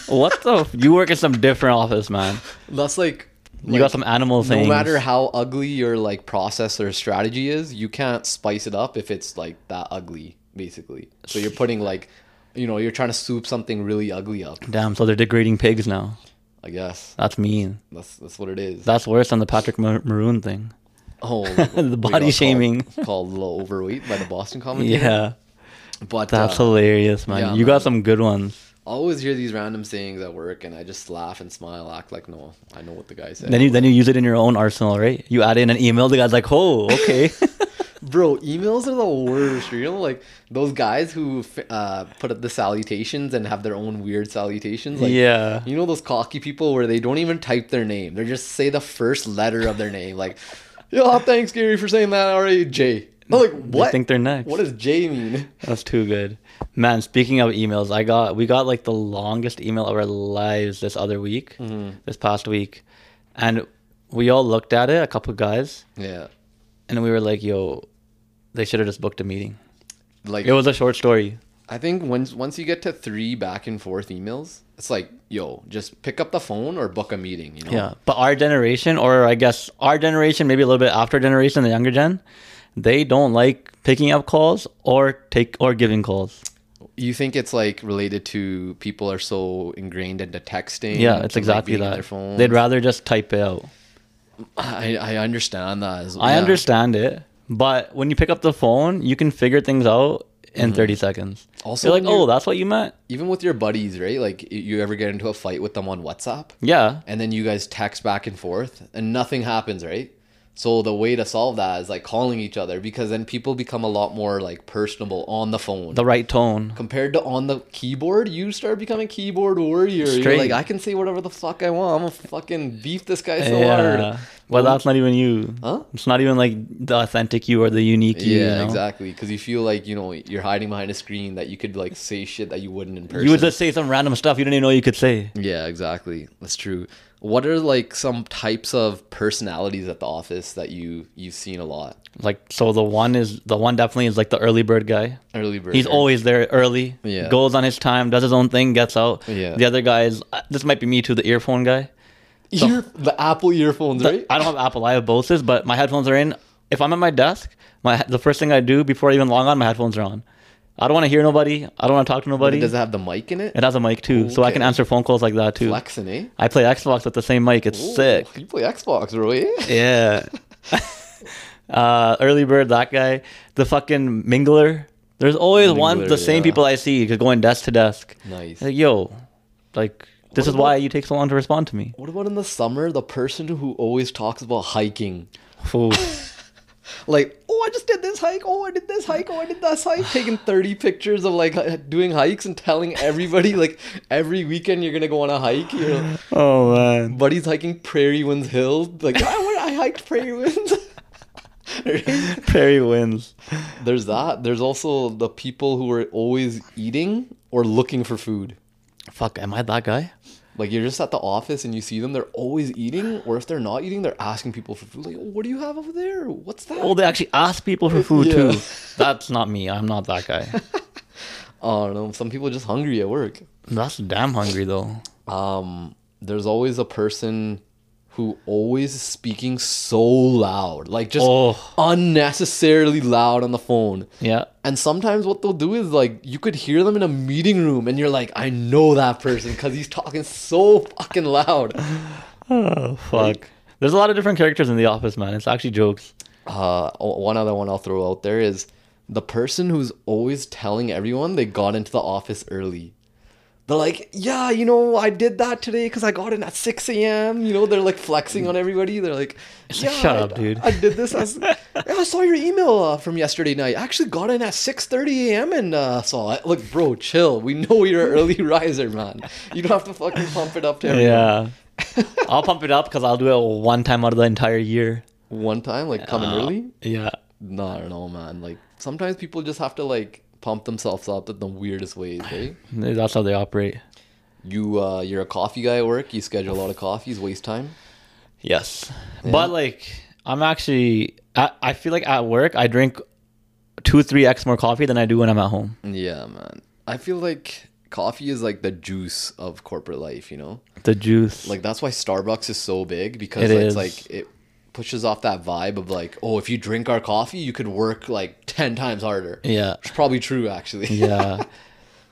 [SPEAKER 2] what the? f- You work in some different office, man.
[SPEAKER 1] That's like.
[SPEAKER 2] You
[SPEAKER 1] like,
[SPEAKER 2] got some animal
[SPEAKER 1] No
[SPEAKER 2] things.
[SPEAKER 1] matter how ugly your like process or strategy is, you can't spice it up if it's like that ugly, basically. So you're putting like, you know, you're trying to soup something really ugly up.
[SPEAKER 2] Damn. So they're degrading pigs now.
[SPEAKER 1] I guess
[SPEAKER 2] That's mean.
[SPEAKER 1] that's that's what it is.
[SPEAKER 2] That's worse than the Patrick Mar- Maroon thing.
[SPEAKER 1] oh,
[SPEAKER 2] The body shaming.
[SPEAKER 1] called, called little overweight by the Boston commentator.
[SPEAKER 2] Yeah,
[SPEAKER 1] but uh,
[SPEAKER 2] that's hilarious, man.
[SPEAKER 1] yeah,
[SPEAKER 2] you
[SPEAKER 1] man.
[SPEAKER 2] got some good ones.
[SPEAKER 1] I always hear these random sayings at work, and I just laugh and smile, act like no, I know what the guy said.
[SPEAKER 2] Then you then you use it in your own arsenal, right? You add in an email. The guy's like, "Oh, okay."
[SPEAKER 1] Bro, emails are the worst. You know, like those guys who uh, put up the salutations and have their own weird salutations. Like,
[SPEAKER 2] Yeah.
[SPEAKER 1] You know those cocky people where they don't even type their name; they just say the first letter of their name. Like, yo, thanks Gary for saying that already. J. I'm like, what?
[SPEAKER 2] think they're next.
[SPEAKER 1] What does J mean?
[SPEAKER 2] that's too good, man. Speaking of emails, I got we got like the longest email of our lives this other week,
[SPEAKER 1] Mm-hmm.
[SPEAKER 2] this past week, and we all looked at it, a couple guys,
[SPEAKER 1] Yeah.
[SPEAKER 2] and we were like, "Yo, they should have just booked a meeting."
[SPEAKER 1] Like,
[SPEAKER 2] It was a short story.
[SPEAKER 1] I think once once you get to three back and forth emails, it's like, yo, just pick up the phone or book a meeting. You know?
[SPEAKER 2] Yeah, but our generation, or I guess our generation, maybe a little bit after generation, the younger gen, they don't like picking up calls or take or giving calls.
[SPEAKER 1] You think it's like related to people are so ingrained into texting?
[SPEAKER 2] Yeah,
[SPEAKER 1] and, like,
[SPEAKER 2] it's exactly
[SPEAKER 1] being on
[SPEAKER 2] that.
[SPEAKER 1] Their phone.
[SPEAKER 2] They'd rather just type it out.
[SPEAKER 1] I, I understand that. As,
[SPEAKER 2] I
[SPEAKER 1] yeah.
[SPEAKER 2] understand it, but when you pick up the phone, you can figure things out in 30 seconds.
[SPEAKER 1] Mm-hmm. Also,
[SPEAKER 2] Also, you're like,
[SPEAKER 1] when you-
[SPEAKER 2] oh, that's what you meant.
[SPEAKER 1] Even with your buddies, right? Like you ever get into a fight with them on WhatsApp,
[SPEAKER 2] Yeah,
[SPEAKER 1] and then you guys text back and forth, and nothing happens, right? So the way to solve that is like calling each other because then people become a lot more like personable on the phone.
[SPEAKER 2] the right tone.
[SPEAKER 1] Compared to on the keyboard, you start becoming keyboard warrior. You're
[SPEAKER 2] Straight.
[SPEAKER 1] like, I can say whatever the fuck I want. I'm gonna fucking beef this guy so
[SPEAKER 2] yeah.
[SPEAKER 1] hard.
[SPEAKER 2] Well, that's not even you.
[SPEAKER 1] Huh?
[SPEAKER 2] It's not even like the authentic you or the unique you.
[SPEAKER 1] Yeah,
[SPEAKER 2] you know?
[SPEAKER 1] exactly. Because you feel like you know you're hiding behind a screen that you could like say shit that you wouldn't in person.
[SPEAKER 2] You would just say some random stuff you didn't even know you could say.
[SPEAKER 1] Yeah, exactly. That's true. What are like some types of personalities at the office that you you've seen a lot?
[SPEAKER 2] Like, so the one is the one definitely is like the early bird guy.
[SPEAKER 1] Early bird.
[SPEAKER 2] He's always there early.
[SPEAKER 1] Yeah.
[SPEAKER 2] Goes on his time, does his own thing, gets out.
[SPEAKER 1] Yeah.
[SPEAKER 2] The other guy is uh, this might be me too, the earphone guy.
[SPEAKER 1] Ear, the Apple earphones, right?
[SPEAKER 2] I don't have Apple, I have Bose's, but my headphones are in. If I'm at my desk, my the first thing I do before I even log on, my headphones are on. I don't want to hear nobody. I don't want to talk to nobody.
[SPEAKER 1] But does it have the mic in it?
[SPEAKER 2] It has a mic too, so I can
[SPEAKER 1] Okay.
[SPEAKER 2] answer phone calls like that too.
[SPEAKER 1] Flexing, eh?
[SPEAKER 2] I play Xbox with the same mic. It's
[SPEAKER 1] Ooh,
[SPEAKER 2] sick.
[SPEAKER 1] You play Xbox, really?
[SPEAKER 2] Yeah. uh, early bird, that guy, the fucking mingler. There's always one,
[SPEAKER 1] Mingler,
[SPEAKER 2] the same
[SPEAKER 1] yeah.
[SPEAKER 2] people I see just going desk to desk.
[SPEAKER 1] Nice.
[SPEAKER 2] Like, yo, like this
[SPEAKER 1] What
[SPEAKER 2] is why
[SPEAKER 1] about-
[SPEAKER 2] you take so long to respond to me.
[SPEAKER 1] What about in the summer? The person who always talks about hiking,
[SPEAKER 2] Ooh.
[SPEAKER 1] like, oh, I just did this hike. Oh, I did this hike. Oh, I did this hike. Taking thirty pictures of like hi- doing hikes and telling everybody like every weekend you're gonna go on a hike. You know.
[SPEAKER 2] oh man.
[SPEAKER 1] Buddy's hiking Prairie Winds Hill. Like, I, went- I hiked Prairie Winds. Right?
[SPEAKER 2] Perry wins.
[SPEAKER 1] There's that. There's also the people who are always eating or looking for food.
[SPEAKER 2] Fuck, am I that guy?
[SPEAKER 1] Like, you're just at the office and you see them, they're always eating, or if they're not eating, they're asking people for food. Like, "Oh, what do you have over there? What's that?
[SPEAKER 2] Oh, they actually ask people for food
[SPEAKER 1] Yeah.
[SPEAKER 2] too. That's not me. I'm not that guy.
[SPEAKER 1] I don't know. Um, Some people are just hungry at work.
[SPEAKER 2] That's damn hungry though.
[SPEAKER 1] Um, there's always a person who always is speaking so loud, like just
[SPEAKER 2] Oh.
[SPEAKER 1] unnecessarily loud on the phone.
[SPEAKER 2] Yeah.
[SPEAKER 1] And sometimes what they'll do is like you could hear them in a meeting room, and you're like, I know that person because he's talking so fucking loud.
[SPEAKER 2] Oh, Fuck. There's a lot of different characters in the office, man. It's actually jokes.
[SPEAKER 1] Uh, o- one other one I'll throw out there is the person who's always telling everyone they got into the office early. They're like, yeah, you know, I did that today because I got in at 6 a.m. You know, they're like flexing on everybody. They're like, yeah,
[SPEAKER 2] like, "Shut
[SPEAKER 1] I-
[SPEAKER 2] up, dude."
[SPEAKER 1] I did this. As, yeah, I saw your email uh, from yesterday night. I actually got in at 6.30 a.m. and uh, saw it. Look, bro, chill. We know you're an early riser, man. You don't have to fucking pump it up to everyone.
[SPEAKER 2] Yeah. I'll pump it up because I'll do it one time out of the entire year.
[SPEAKER 1] One time, like coming early.
[SPEAKER 2] Yeah.
[SPEAKER 1] No, I don't know, man. Like sometimes people just have to like pump themselves up in the weirdest ways, right?
[SPEAKER 2] That's how they operate.
[SPEAKER 1] You uh you're a coffee guy at work, you schedule a lot of coffees, waste time.
[SPEAKER 2] Yes. But like, I'm actually, I, I feel like at work, I drink two, three X more coffee than I do when I'm at home.
[SPEAKER 1] Yeah, man. I feel like coffee is like the juice of corporate life, you know?
[SPEAKER 2] The juice. Like,
[SPEAKER 1] Like that's why Starbucks is so big because
[SPEAKER 2] It
[SPEAKER 1] it's
[SPEAKER 2] is.
[SPEAKER 1] like it pushes off that vibe of like, oh, if you drink our coffee, you could work like ten times harder.
[SPEAKER 2] yeah.
[SPEAKER 1] It's probably true actually.
[SPEAKER 2] Yeah.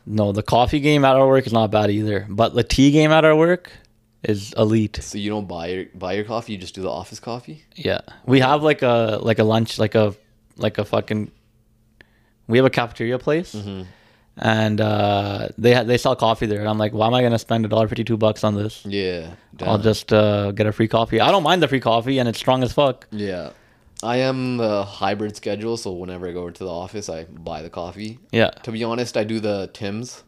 [SPEAKER 2] no, the coffee game at our work is not bad either. But the tea game at our work is elite.
[SPEAKER 1] so you don't buy your buy your coffee, you just do the office coffee?
[SPEAKER 2] Yeah. We have like a, like a lunch, like a, like a fucking, we have a cafeteria place.
[SPEAKER 1] Mm-hmm.
[SPEAKER 2] And uh, they ha- they sell coffee there, and I'm like, why am I gonna spend a dollar fifty two bucks on this?
[SPEAKER 1] Yeah.
[SPEAKER 2] I'll
[SPEAKER 1] damn.
[SPEAKER 2] just uh, get a free coffee. I don't mind the free coffee, and it's strong as fuck.
[SPEAKER 1] Yeah. I am the hybrid schedule, so whenever I go into the office, I buy the coffee.
[SPEAKER 2] Yeah,
[SPEAKER 1] To be honest, I do the Tim's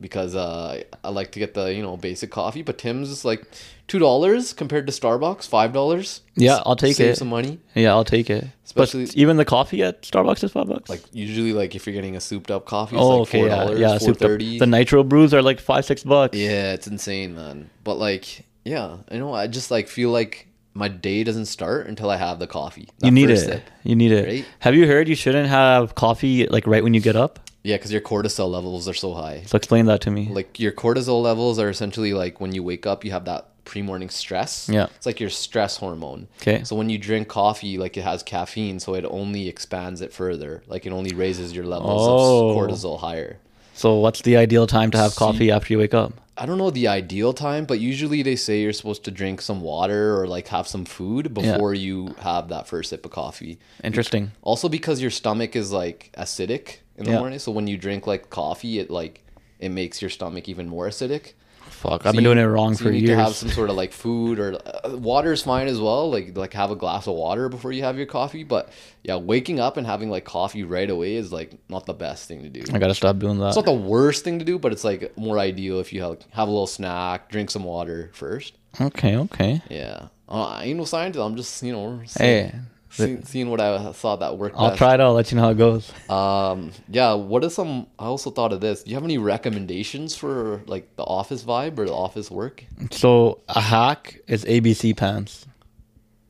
[SPEAKER 1] because uh, I like to get the, you know, basic coffee, but Tim's is like $2 compared to Starbucks, $5.
[SPEAKER 2] yeah, I'll take
[SPEAKER 1] Save
[SPEAKER 2] it.
[SPEAKER 1] some money.
[SPEAKER 2] yeah, I'll take it.
[SPEAKER 1] Especially-
[SPEAKER 2] but even the coffee at Starbucks is five bucks.
[SPEAKER 1] Like usually like if you're getting a souped up coffee, it's
[SPEAKER 2] oh,
[SPEAKER 1] like
[SPEAKER 2] okay,
[SPEAKER 1] $4,
[SPEAKER 2] yeah, yeah.
[SPEAKER 1] four
[SPEAKER 2] soup the,
[SPEAKER 1] thirty.
[SPEAKER 2] the nitro brews are like five, six bucks.
[SPEAKER 1] Yeah, it's insane, man. But like, yeah, you know, I just like feel like my day doesn't start until I have the coffee.
[SPEAKER 2] you
[SPEAKER 1] that
[SPEAKER 2] need it.
[SPEAKER 1] first sip.
[SPEAKER 2] You need it.
[SPEAKER 1] right?
[SPEAKER 2] Have you heard you shouldn't have coffee like right when you get up?
[SPEAKER 1] Yeah, because your cortisol levels are so high.
[SPEAKER 2] So explain that to me.
[SPEAKER 1] like your cortisol levels are essentially like when you wake up you have that pre-morning stress
[SPEAKER 2] Yeah.
[SPEAKER 1] it's like your stress hormone
[SPEAKER 2] 'Kay.
[SPEAKER 1] so when you drink coffee like it has caffeine so it only expands it further like it only raises your levels
[SPEAKER 2] Oh.
[SPEAKER 1] of cortisol higher
[SPEAKER 2] so what's the ideal time to have coffee after you wake up?
[SPEAKER 1] i don't know the ideal time but usually they say you're supposed to drink some water or like have some food before you have that first sip of coffee
[SPEAKER 2] Interesting.
[SPEAKER 1] also because your stomach is like acidic in the
[SPEAKER 2] Yeah.
[SPEAKER 1] morning so when you drink like coffee it like it makes your stomach even more acidic
[SPEAKER 2] Fuck,
[SPEAKER 1] So
[SPEAKER 2] I've been
[SPEAKER 1] you-
[SPEAKER 2] doing it wrong
[SPEAKER 1] so
[SPEAKER 2] for
[SPEAKER 1] you need
[SPEAKER 2] years.
[SPEAKER 1] to have some sort of like food or uh, water is fine as well. Like like have a glass of water before you have your coffee. But yeah, waking up and having like coffee right away is like not the best thing to do.
[SPEAKER 2] I gotta stop doing that.
[SPEAKER 1] It's not the worst thing to do, but it's like more ideal if you have, have a little snack, drink some water first.
[SPEAKER 2] Okay, okay.
[SPEAKER 1] Yeah, uh, I ain't no scientist. I'm just you know seeing,
[SPEAKER 2] Hey,
[SPEAKER 1] seeing, seeing what I thought that worked.
[SPEAKER 2] I'll
[SPEAKER 1] best.
[SPEAKER 2] try it. I'll let you know how it goes.
[SPEAKER 1] Um, yeah. What is some? I also thought of this. Do you have any recommendations for like the office vibe or the office work?
[SPEAKER 2] So a hack is ABC pants.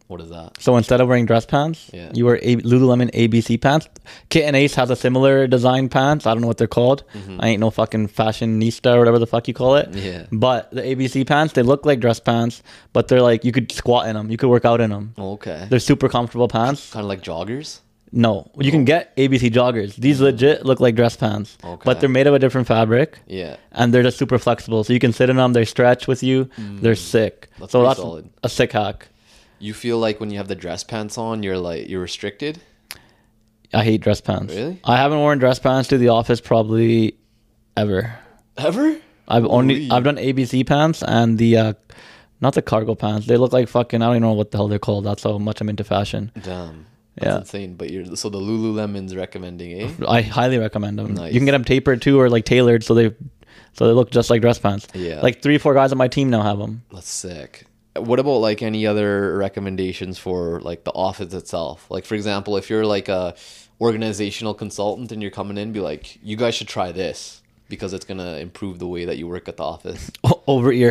[SPEAKER 1] What is that?
[SPEAKER 2] So instead of wearing dress pants,
[SPEAKER 1] Yeah.
[SPEAKER 2] you wear a- Lululemon ABC pants. Kit and Ace has a similar design pants. I don't know what they're called. I ain't no fucking fashionista or whatever the fuck you call it.
[SPEAKER 1] Mm-hmm. Yeah.
[SPEAKER 2] But the ABC pants, they look like dress pants, but they're like you could squat in them. You could work out in them.
[SPEAKER 1] Okay.
[SPEAKER 2] They're super comfortable pants.
[SPEAKER 1] Kind of like joggers.
[SPEAKER 2] No, you can get ABC joggers. These legit look like dress pants,
[SPEAKER 1] Mm-hmm. Okay.
[SPEAKER 2] but they're made of a different fabric.
[SPEAKER 1] Yeah.
[SPEAKER 2] and they're just super flexible. So you can sit in them. They stretch with you. They're sick.
[SPEAKER 1] Mm. That's
[SPEAKER 2] so
[SPEAKER 1] pretty
[SPEAKER 2] that's
[SPEAKER 1] solid.
[SPEAKER 2] a sick hack.
[SPEAKER 1] You feel like when you have the dress pants on, you're like you're restricted.
[SPEAKER 2] I hate dress pants.
[SPEAKER 1] Really?
[SPEAKER 2] I haven't worn dress pants to the office probably ever.
[SPEAKER 1] Ever?
[SPEAKER 2] I've only
[SPEAKER 1] Ooh-wee.
[SPEAKER 2] I've done ABC pants and the uh, not the cargo pants. They look like fucking I don't even know what the hell they're called. That's how much I'm into fashion.
[SPEAKER 1] Damn. That's
[SPEAKER 2] Yeah.
[SPEAKER 1] insane. But you're so the Lululemon's recommending, eh?
[SPEAKER 2] I highly recommend them.
[SPEAKER 1] Nice.
[SPEAKER 2] You can get them tapered too or like tailored so they so they look just like dress pants.
[SPEAKER 1] Yeah.
[SPEAKER 2] Like three four guys on my team now have them.
[SPEAKER 1] That's sick. What about like any other recommendations for like the office itself? Like for example, if you're like a organizational consultant and you're coming in, be like, you guys should try this because it's gonna improve the way that you work at the office.
[SPEAKER 2] Over ear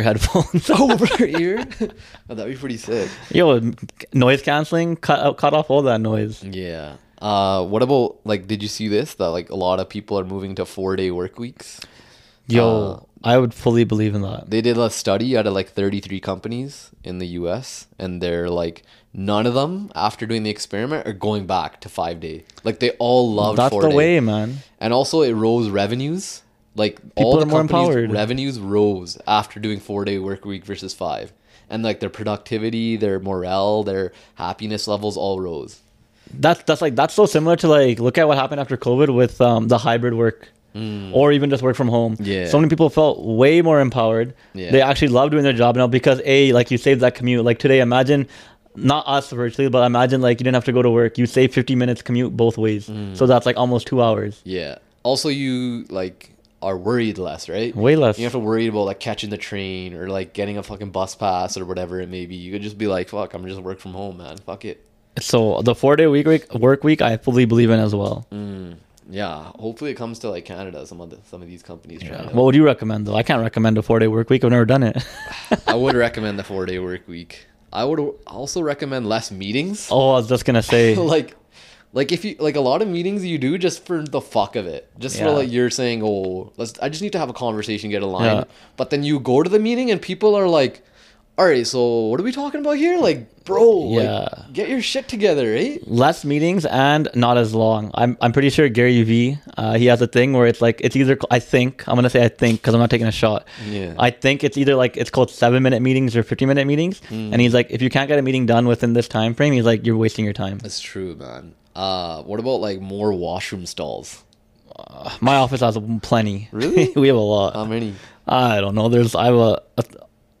[SPEAKER 2] headphones.
[SPEAKER 1] Over your ear? Oh, that'd be pretty sick.
[SPEAKER 2] Yo, noise canceling. Cut out, cut off all that noise.
[SPEAKER 1] Yeah. Uh, what about like? Did you see this? That like a lot of people are moving to four day work weeks.
[SPEAKER 2] Yo, I would fully believe in that.
[SPEAKER 1] They did a study out of like 33 companies in the US, and they're like, none of them, after doing the experiment, are going back to five day. Like, they all loved
[SPEAKER 2] That's
[SPEAKER 1] four
[SPEAKER 2] the
[SPEAKER 1] day.
[SPEAKER 2] way, man.
[SPEAKER 1] And also, it rose revenues. Like, all
[SPEAKER 2] People
[SPEAKER 1] the
[SPEAKER 2] are more
[SPEAKER 1] companies'
[SPEAKER 2] empowered.
[SPEAKER 1] revenues rose after doing four day work week versus five. And like, their productivity, their morale, their happiness levels all rose.
[SPEAKER 2] That's that's like that's so similar to like look at what happened after COVID with um, the hybrid work. Or even just work from home.
[SPEAKER 1] Mm. Yeah.
[SPEAKER 2] So many people felt way more empowered.
[SPEAKER 1] Yeah.
[SPEAKER 2] They actually love doing their job now because a like you saved that commute. Like today, imagine not us virtually, but imagine like you didn't have to go to work. You save 50 minutes commute both ways.
[SPEAKER 1] Mm.
[SPEAKER 2] So that's like almost two hours.
[SPEAKER 1] Yeah. Also, you like are worried less, right?
[SPEAKER 2] Way less.
[SPEAKER 1] You don't have to worry about like catching the train or like getting a fucking bus pass or whatever it may be. You could just be like, "Fuck, I'm just work from home, man. Fuck it."
[SPEAKER 2] So the four day week week work week, I fully believe in as well.
[SPEAKER 1] Yeah. Hopefully, it comes to like Canada. Some of the, some of these companies try it.
[SPEAKER 2] What would you recommend though? I can't recommend a four day work week. I've never done it.
[SPEAKER 1] I would recommend the four day work week. I would also recommend less meetings.
[SPEAKER 2] oh, I was just gonna say.
[SPEAKER 1] like like if you like a lot of meetings you do just for the fuck of it just for
[SPEAKER 2] Yeah.
[SPEAKER 1] like you're saying oh let's i just need to have a conversation get aligned
[SPEAKER 2] Yeah.
[SPEAKER 1] but then you go to the meeting and people are like all right so what are we talking about here like bro
[SPEAKER 2] Yeah.
[SPEAKER 1] like, get your shit together eh?" right
[SPEAKER 2] Less meetings and not as long. I'm, I'm pretty sure Gary V. Uh, he has a thing where it's like it's either I think I'm gonna say I think because I'm not taking a shot.
[SPEAKER 1] Yeah.
[SPEAKER 2] I think it's either like it's called seven minute meetings or 15 minute meetings,
[SPEAKER 1] Hmm.
[SPEAKER 2] and he's like, if you can't get a meeting done within this time frame, he's like, you're wasting your time.
[SPEAKER 1] that's true man uh what about like more washroom stalls
[SPEAKER 2] My office has plenty.
[SPEAKER 1] Really? Um,
[SPEAKER 2] we have a lot.
[SPEAKER 1] how many
[SPEAKER 2] I don't know. There's I have a, a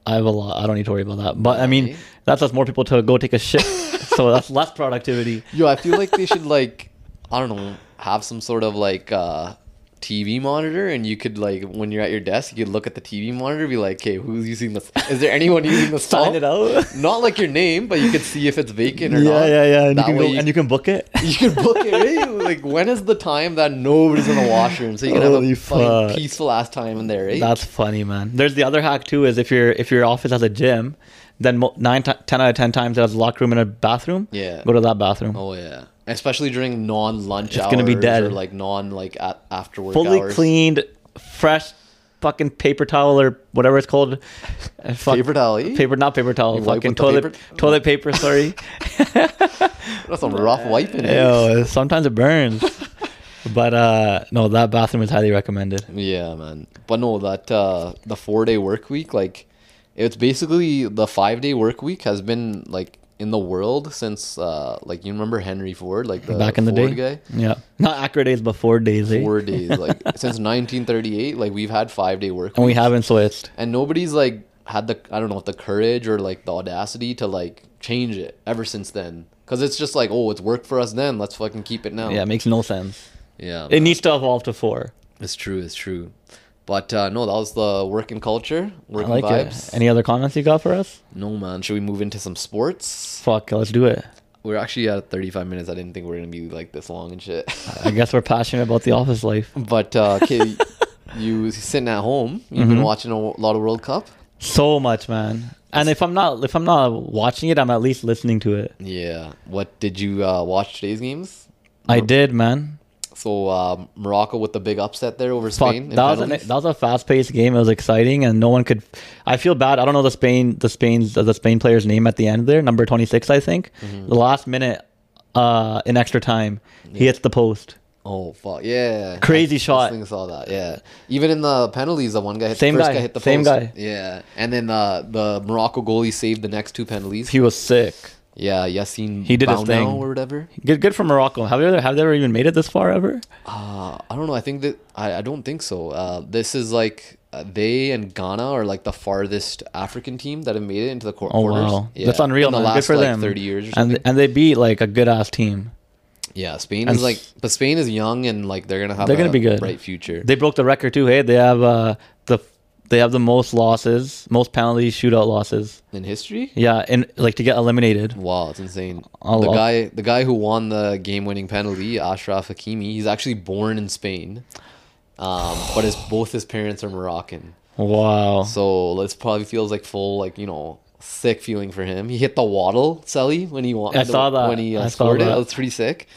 [SPEAKER 2] I have a lot. I don't need to worry about that. But I mean,
[SPEAKER 1] Okay.
[SPEAKER 2] that's us more people to go take a shit. so that's less productivity.
[SPEAKER 1] yo i feel like they should like i don't know have some sort of like uh tv monitor and you could like when you're at your desk you could look at the tv monitor be like okay who's using this is there anyone using this
[SPEAKER 2] Sign it out.
[SPEAKER 1] not like your name but you could see if it's vacant or
[SPEAKER 2] yeah,
[SPEAKER 1] not
[SPEAKER 2] yeah, yeah. And you
[SPEAKER 1] that
[SPEAKER 2] can
[SPEAKER 1] way
[SPEAKER 2] go,
[SPEAKER 1] you,
[SPEAKER 2] and you can book it.
[SPEAKER 1] you can book it right? like when is the time that nobody's in the washroom so you can have
[SPEAKER 2] Holy
[SPEAKER 1] a fucking
[SPEAKER 2] fuck.
[SPEAKER 1] peaceful ass time in there right?
[SPEAKER 2] That's funny, man. There's the other hack too. Is if your if your office has a gym, then mo- nine ti- ten out of ten times it has a locker room and a bathroom.
[SPEAKER 1] Yeah.
[SPEAKER 2] Go to that bathroom.
[SPEAKER 1] oh yeah especially during non-lunch hours
[SPEAKER 2] gonna be dead.
[SPEAKER 1] or like non like at, after work
[SPEAKER 2] Fully
[SPEAKER 1] hours
[SPEAKER 2] cleaned, fresh, fucking paper towel or whatever it's called. Uh, Fuck,
[SPEAKER 1] Paper towel, eh?
[SPEAKER 2] Paper, not paper towel.
[SPEAKER 1] wipe
[SPEAKER 2] fucking
[SPEAKER 1] with the
[SPEAKER 2] toilet
[SPEAKER 1] paper-
[SPEAKER 2] toilet paper. Sorry.
[SPEAKER 1] that's some rough wiping eh?
[SPEAKER 2] Ew, sometimes it burns. but uh no, that bathroom is highly recommended.
[SPEAKER 1] Yeah, man. But no, that uh the four day work week, like it's basically the five day work week has been like in the world since uh like you remember Henry Ford, like the
[SPEAKER 2] back in the
[SPEAKER 1] Uh, Ford
[SPEAKER 2] day.
[SPEAKER 1] guy.
[SPEAKER 2] Yeah, not Acura days, but Ford days. Eh?
[SPEAKER 1] Four days, like since 1938, like we've had five day work
[SPEAKER 2] and we
[SPEAKER 1] weeks.
[SPEAKER 2] haven't switched.
[SPEAKER 1] and nobody's like had the I don't know the courage or like the audacity to like change it ever since then. Cause it's just like oh it's worked for us then let's fucking keep it now.
[SPEAKER 2] Yeah, it makes no sense.
[SPEAKER 1] yeah.
[SPEAKER 2] It needs to evolve to four.
[SPEAKER 1] It's true. It's true. But uh, no, that was the working culture,
[SPEAKER 2] I
[SPEAKER 1] working
[SPEAKER 2] like
[SPEAKER 1] vibes.
[SPEAKER 2] it. Any other comments you got for us?
[SPEAKER 1] no man, should we move into some sports?
[SPEAKER 2] Fuck, let's do it.
[SPEAKER 1] We're actually at 35 minutes. I didn't think we are gonna be like this long and shit.
[SPEAKER 2] I guess we're passionate about the office life.
[SPEAKER 1] but uh, okay, you sitting at home? You've been watching a lot of World Cup.
[SPEAKER 2] So much, man. And if I'm not if I'm not watching it, I'm at least listening to it.
[SPEAKER 1] Yeah. What did you uh, watch today's games?
[SPEAKER 2] I did, man.
[SPEAKER 1] So uh, Morocco with the big upset there over
[SPEAKER 2] Fuck,
[SPEAKER 1] Spain. in
[SPEAKER 2] that was an,
[SPEAKER 1] penalties?
[SPEAKER 2] that was a fast paced game. It was exciting, and no one could. I feel bad. I don't know the Spain the Spain's the Spain player's name at the end there, number twenty six, I think. The last minute, uh, in extra time, he hits the post.
[SPEAKER 1] oh fuck! Yeah.
[SPEAKER 2] Crazy
[SPEAKER 1] I
[SPEAKER 2] shot.
[SPEAKER 1] fucking saw that. Yeah. Even in the penalties, the one guy hit
[SPEAKER 2] Same
[SPEAKER 1] the first
[SPEAKER 2] guy,
[SPEAKER 1] guy hit the
[SPEAKER 2] same
[SPEAKER 1] post.
[SPEAKER 2] guy.
[SPEAKER 1] Yeah. And then uh, the Morocco goalie saved the next two penalties.
[SPEAKER 2] He was sick.
[SPEAKER 1] Yeah, Yassine
[SPEAKER 2] He did his
[SPEAKER 1] Bounau
[SPEAKER 2] thing.
[SPEAKER 1] or whatever.
[SPEAKER 2] Good, good for Morocco. Have they ever, have they ever even made it this far ever?
[SPEAKER 1] Uh, I don't know. I think that I, I don't think so. Uh, this is like uh, they and Ghana are like the farthest African team that have made it into the quar
[SPEAKER 2] Oh
[SPEAKER 1] quarters.
[SPEAKER 2] wow,
[SPEAKER 1] Yeah,
[SPEAKER 2] that's unreal.
[SPEAKER 1] In the
[SPEAKER 2] man.
[SPEAKER 1] last
[SPEAKER 2] good for
[SPEAKER 1] like
[SPEAKER 2] them.
[SPEAKER 1] thirty years or something.
[SPEAKER 2] and and they beat like a good ass team.
[SPEAKER 1] yeah, Spain
[SPEAKER 2] and
[SPEAKER 1] is like,
[SPEAKER 2] s-
[SPEAKER 1] but Spain is young and like they're gonna have
[SPEAKER 2] They're
[SPEAKER 1] a
[SPEAKER 2] gonna be good.
[SPEAKER 1] bright future.
[SPEAKER 2] They broke the record too. Hey, they have uh, the they have the most losses, most penalties, shootout losses.
[SPEAKER 1] in history.
[SPEAKER 2] Yeah, and like to get eliminated.
[SPEAKER 1] Wow, it's insane.
[SPEAKER 2] A
[SPEAKER 1] the
[SPEAKER 2] lot.
[SPEAKER 1] guy, the guy who won the game-winning penalty, Ashraf Hakimi, he's actually born in Spain, um, but his both his parents are Moroccan.
[SPEAKER 2] Wow.
[SPEAKER 1] So this probably feels like full, like you know, sick feeling for him. He hit the waddle, Selly, when he wanted.
[SPEAKER 2] I saw that.
[SPEAKER 1] when he uh,
[SPEAKER 2] I saw
[SPEAKER 1] scored it.
[SPEAKER 2] that.
[SPEAKER 1] That was pretty sick.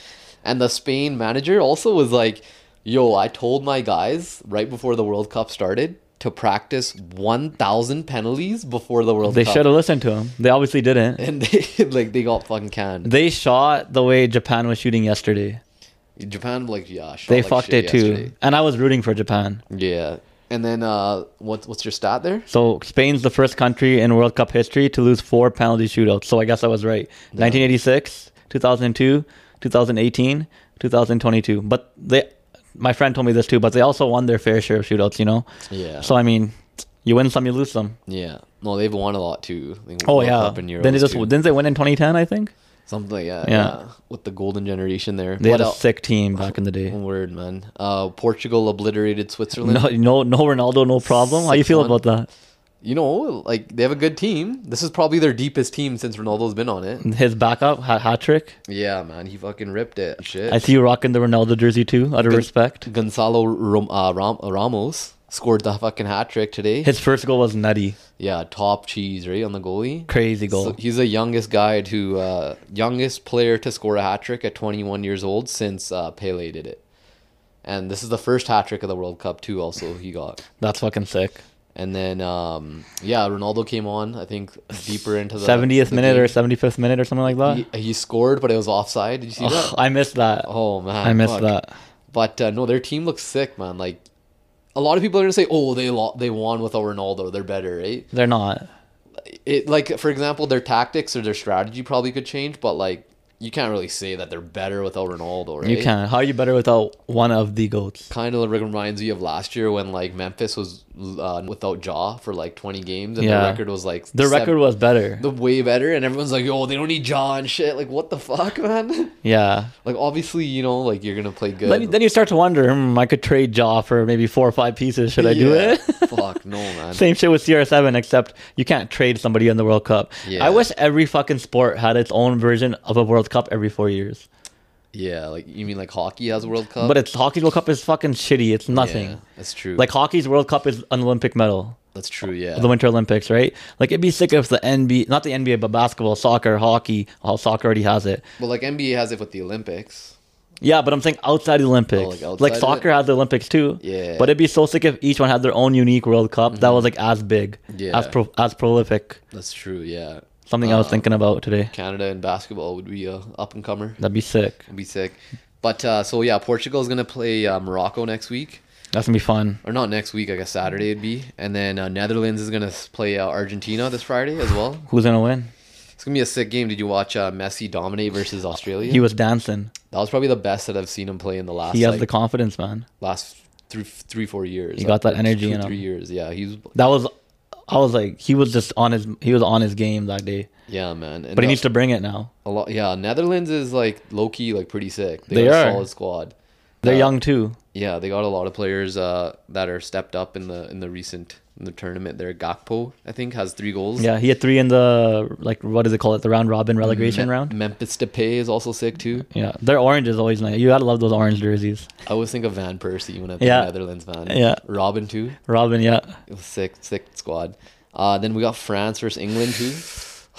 [SPEAKER 1] And the Spain manager also was like, "Yo, I told my guys right before the World Cup started to practice 1,000 penalties before the World
[SPEAKER 2] They
[SPEAKER 1] Cup."
[SPEAKER 2] should have listened to him. They obviously didn't.
[SPEAKER 1] And they, like they got fucking canned.
[SPEAKER 2] They shot the way Japan was shooting yesterday.
[SPEAKER 1] Japan like yeah, shot
[SPEAKER 2] They
[SPEAKER 1] like
[SPEAKER 2] fucked
[SPEAKER 1] shit
[SPEAKER 2] it too.
[SPEAKER 1] yesterday.
[SPEAKER 2] And I was rooting for Japan.
[SPEAKER 1] Yeah. And then uh, what's what's your stat there?
[SPEAKER 2] So Spain's the first country in World Cup history to lose four penalty shootouts. So I guess I was right. 1986, 2002, 2018, 2022. But they, my friend told me this too. But they also won their fair share of shootouts. You know.
[SPEAKER 1] Yeah.
[SPEAKER 2] So I mean, you win some, you lose some.
[SPEAKER 1] Yeah. No, they've won a lot too. They
[SPEAKER 2] Oh
[SPEAKER 1] World
[SPEAKER 2] yeah.
[SPEAKER 1] Cup and
[SPEAKER 2] Then they
[SPEAKER 1] Euros,
[SPEAKER 2] just
[SPEAKER 1] too.
[SPEAKER 2] didn't they win in 2010? I think
[SPEAKER 1] Something, yeah,
[SPEAKER 2] Yeah.
[SPEAKER 1] yeah. With the golden generation there.
[SPEAKER 2] they
[SPEAKER 1] what
[SPEAKER 2] had a
[SPEAKER 1] else?
[SPEAKER 2] sick team back in the day.
[SPEAKER 1] Word, man. Uh, Portugal obliterated Switzerland.
[SPEAKER 2] No, no, no Ronaldo, no problem. How you feel
[SPEAKER 1] 6-1.
[SPEAKER 2] about that?
[SPEAKER 1] You know, like they have a good team. This is probably their deepest team since Ronaldo's been on it.
[SPEAKER 2] His backup hat, hat trick.
[SPEAKER 1] Yeah, man, he fucking ripped it. Shit.
[SPEAKER 2] I see you rocking the Ronaldo jersey too. Out of respect,
[SPEAKER 1] Gonzalo Rom- uh, Ram- Ramos scored the fucking hat trick today.
[SPEAKER 2] his first goal was nutty,
[SPEAKER 1] yeah, top cheese right on the goalie.
[SPEAKER 2] crazy
[SPEAKER 1] So
[SPEAKER 2] goal.
[SPEAKER 1] he's the youngest guy to uh, youngest player to score a hat trick at 21 years old since uh, Pele did it. And this is the first hat trick of the World Cup too. Also, he got.
[SPEAKER 2] That's fucking sick.
[SPEAKER 1] And then, um, yeah, Ronaldo came on. I think deeper into the
[SPEAKER 2] Seventieth
[SPEAKER 1] the
[SPEAKER 2] minute or
[SPEAKER 1] game.
[SPEAKER 2] seventy fifth minute or something like that.
[SPEAKER 1] He, he scored, but it was offside. Did you see
[SPEAKER 2] Ugh,
[SPEAKER 1] that?
[SPEAKER 2] I missed that.
[SPEAKER 1] Oh man,
[SPEAKER 2] I missed
[SPEAKER 1] fuck.
[SPEAKER 2] that.
[SPEAKER 1] But uh, no, their team looks sick, man. Like a lot of people are gonna say, "Oh, they lo- they won without Ronaldo. They're better, right?"
[SPEAKER 2] They're not.
[SPEAKER 1] It like for example, their tactics or their strategy probably could change, but like you can't really say that they're better without Ronaldo, right?
[SPEAKER 2] You can. How are you better without one of the goats?
[SPEAKER 1] Kind of reminds me of last year when like Memphis was uh, without Jaw for like 20 games, and
[SPEAKER 2] Yeah.
[SPEAKER 1] their record was like
[SPEAKER 2] Their
[SPEAKER 1] seven-
[SPEAKER 2] record was better.
[SPEAKER 1] the way better and everyone's like oh they don't need jaw and shit like what the fuck man
[SPEAKER 2] yeah.
[SPEAKER 1] like obviously you know like you're gonna play good
[SPEAKER 2] Then, you- then you start to wonder, hmm, I could trade Jaw for maybe four or five pieces. Should I do
[SPEAKER 1] Yeah.
[SPEAKER 2] it?
[SPEAKER 1] fuck no man
[SPEAKER 2] Same shit with CR7, except you can't trade somebody in the World Cup.
[SPEAKER 1] Yeah.
[SPEAKER 2] I wish every fucking sport had its own version of a World Cup every four years.
[SPEAKER 1] yeah like you mean like hockey has a world cup
[SPEAKER 2] But it's hockey's World Cup is fucking shitty. It's nothing.
[SPEAKER 1] Uh, yeah, that's true
[SPEAKER 2] Like hockey's World Cup is an Olympic medal.
[SPEAKER 1] that's true yeah
[SPEAKER 2] the Winter Olympics, right? Like it'd be sick if the NBA, not the NBA, but basketball, soccer, hockey, all soccer already has it.
[SPEAKER 1] but like nba has it with the olympics
[SPEAKER 2] Yeah, but I'm saying outside the Olympics,
[SPEAKER 1] Oh,
[SPEAKER 2] like,
[SPEAKER 1] like outside of
[SPEAKER 2] soccer
[SPEAKER 1] it?
[SPEAKER 2] has the Olympics too.
[SPEAKER 1] Yeah. Mm-hmm.
[SPEAKER 2] but it'd be so sick if each one had their own unique World Cup that was like as big,
[SPEAKER 1] Yeah. Uh.
[SPEAKER 2] as pro- as prolific.
[SPEAKER 1] that's true yeah
[SPEAKER 2] Something I was thinking about today.
[SPEAKER 1] canada in basketball would be a up and comer
[SPEAKER 2] That'd be sick.
[SPEAKER 1] would be sick but uh so yeah portugal's gonna play uh, morocco next week
[SPEAKER 2] That's gonna be fun.
[SPEAKER 1] or not next week i guess saturday it'd be and then uh, netherlands is gonna s- play uh, argentina this friday as well
[SPEAKER 2] Who's gonna win?
[SPEAKER 1] It's gonna be a sick game. Did you watch uh, Messi dominate versus Australia?
[SPEAKER 2] He was dancing.
[SPEAKER 1] that was probably the best that I've seen him play in the last
[SPEAKER 2] He has
[SPEAKER 1] like,
[SPEAKER 2] the confidence, man.
[SPEAKER 1] last three three four years.
[SPEAKER 2] He got that
[SPEAKER 1] Two-
[SPEAKER 2] energy
[SPEAKER 1] two,
[SPEAKER 2] in him.
[SPEAKER 1] three years. Yeah, he's
[SPEAKER 2] That was, I was like, he was just on his, he was on his game that day.
[SPEAKER 1] yeah man. And
[SPEAKER 2] But he
[SPEAKER 1] the-
[SPEAKER 2] needs to bring it now.
[SPEAKER 1] a lot. Yeah, Netherlands is like low key like pretty sick. They,
[SPEAKER 2] They
[SPEAKER 1] got
[SPEAKER 2] are.
[SPEAKER 1] a solid squad.
[SPEAKER 2] They're
[SPEAKER 1] Uh,
[SPEAKER 2] young too.
[SPEAKER 1] Yeah, they got a lot of players uh, that are stepped up in the in the recent in the tournament. There, Gakpo I think has three goals.
[SPEAKER 2] Yeah, he had three in the like what is it called? The round robin relegation
[SPEAKER 1] Me-
[SPEAKER 2] round.
[SPEAKER 1] Memphis Depay is also sick too.
[SPEAKER 2] Yeah, their orange is always nice. You gotta love those orange jerseys.
[SPEAKER 1] I always think of Van Persie when I think
[SPEAKER 2] Yeah.
[SPEAKER 1] of Netherlands man.
[SPEAKER 2] Yeah.
[SPEAKER 1] Robin too.
[SPEAKER 2] Robin, yeah.
[SPEAKER 1] It was sick, sick squad. Uh, then we got France versus England too.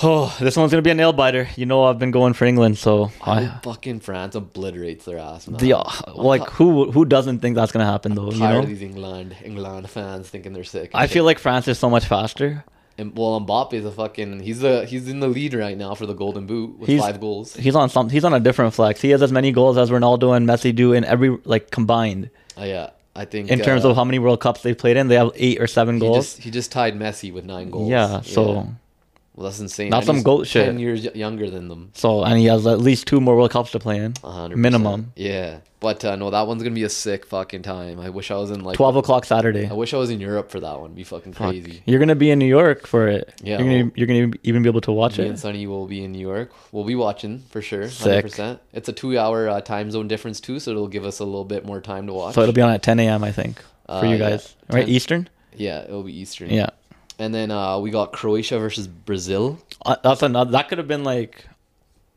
[SPEAKER 2] Oh, this one's gonna be a nail biter. You know, I've been going for England, so
[SPEAKER 1] I
[SPEAKER 2] I,
[SPEAKER 1] hope fucking France obliterates their ass, man.
[SPEAKER 2] Oh, the uh, like who who doesn't think that's gonna happen though? You
[SPEAKER 1] tired
[SPEAKER 2] know,
[SPEAKER 1] of these England England fans thinking they're sick.
[SPEAKER 2] I feel like France is so much faster.
[SPEAKER 1] And, well, Mbappe is a fucking. He's a he's in the lead right now for the Golden Boot with
[SPEAKER 2] He's-
[SPEAKER 1] five goals.
[SPEAKER 2] He's on some. He's on a different flex. He has as many goals as Ronaldo and Messi do in every like combined.
[SPEAKER 1] Uh, yeah, I think
[SPEAKER 2] In terms
[SPEAKER 1] uh,
[SPEAKER 2] of how many World Cups they played in, they have eight or seven
[SPEAKER 1] he
[SPEAKER 2] goals.
[SPEAKER 1] just he just tied Messi with nine goals.
[SPEAKER 2] yeah, so
[SPEAKER 1] well, that's insane.
[SPEAKER 2] That's
[SPEAKER 1] And
[SPEAKER 2] some
[SPEAKER 1] he's
[SPEAKER 2] goat shit.
[SPEAKER 1] Ten years y- younger than them.
[SPEAKER 2] so and he has at least two more World Cups to play in.
[SPEAKER 1] A hundred
[SPEAKER 2] Minimum.
[SPEAKER 1] percent. Yeah, but uh, no, that one's gonna be a sick fucking time. I wish I was in like
[SPEAKER 2] Twelve o'clock Saturday.
[SPEAKER 1] I wish I was in Europe for that one. It'd be fucking crazy.
[SPEAKER 2] You're gonna be in New York for it.
[SPEAKER 1] Yeah,
[SPEAKER 2] you're gonna
[SPEAKER 1] well-
[SPEAKER 2] you're gonna e-, even be able to watch
[SPEAKER 1] Me and
[SPEAKER 2] it.
[SPEAKER 1] Sunny will be in New York. We'll be watching for sure.
[SPEAKER 2] Sick.
[SPEAKER 1] 100%. It's a two hour uh, time zone difference, too, so it'll give us a little bit more time to watch.
[SPEAKER 2] So it'll be on at 10 a.m. I think for
[SPEAKER 1] Uh,
[SPEAKER 2] you
[SPEAKER 1] yeah,
[SPEAKER 2] guys, right?
[SPEAKER 1] 10.
[SPEAKER 2] Eastern.
[SPEAKER 1] yeah, it'll be Eastern.
[SPEAKER 2] Yeah,
[SPEAKER 1] And then uh, we got Croatia versus Brazil.
[SPEAKER 2] Uh, that's another. That could have been like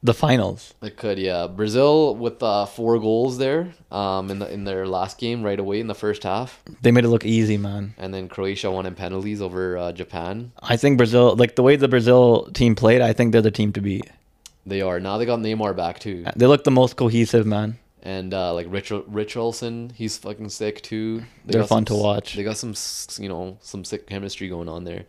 [SPEAKER 2] the finals.
[SPEAKER 1] It could, yeah. Brazil with uh, four goals there um, in, the, in their last game right away in the first half.
[SPEAKER 2] They made it look easy, man.
[SPEAKER 1] And then Croatia won in penalties over uh, Japan.
[SPEAKER 2] I think Brazil, like the way the Brazil team played, I think they're the team to beat.
[SPEAKER 1] They are. Now they got Neymar back, too.
[SPEAKER 2] They look the most cohesive, man.
[SPEAKER 1] and uh, like Richard Richarlson, he's fucking sick too. They
[SPEAKER 2] They're
[SPEAKER 1] got
[SPEAKER 2] fun
[SPEAKER 1] some-
[SPEAKER 2] to watch.
[SPEAKER 1] They got some, s- you know, some sick chemistry going on there.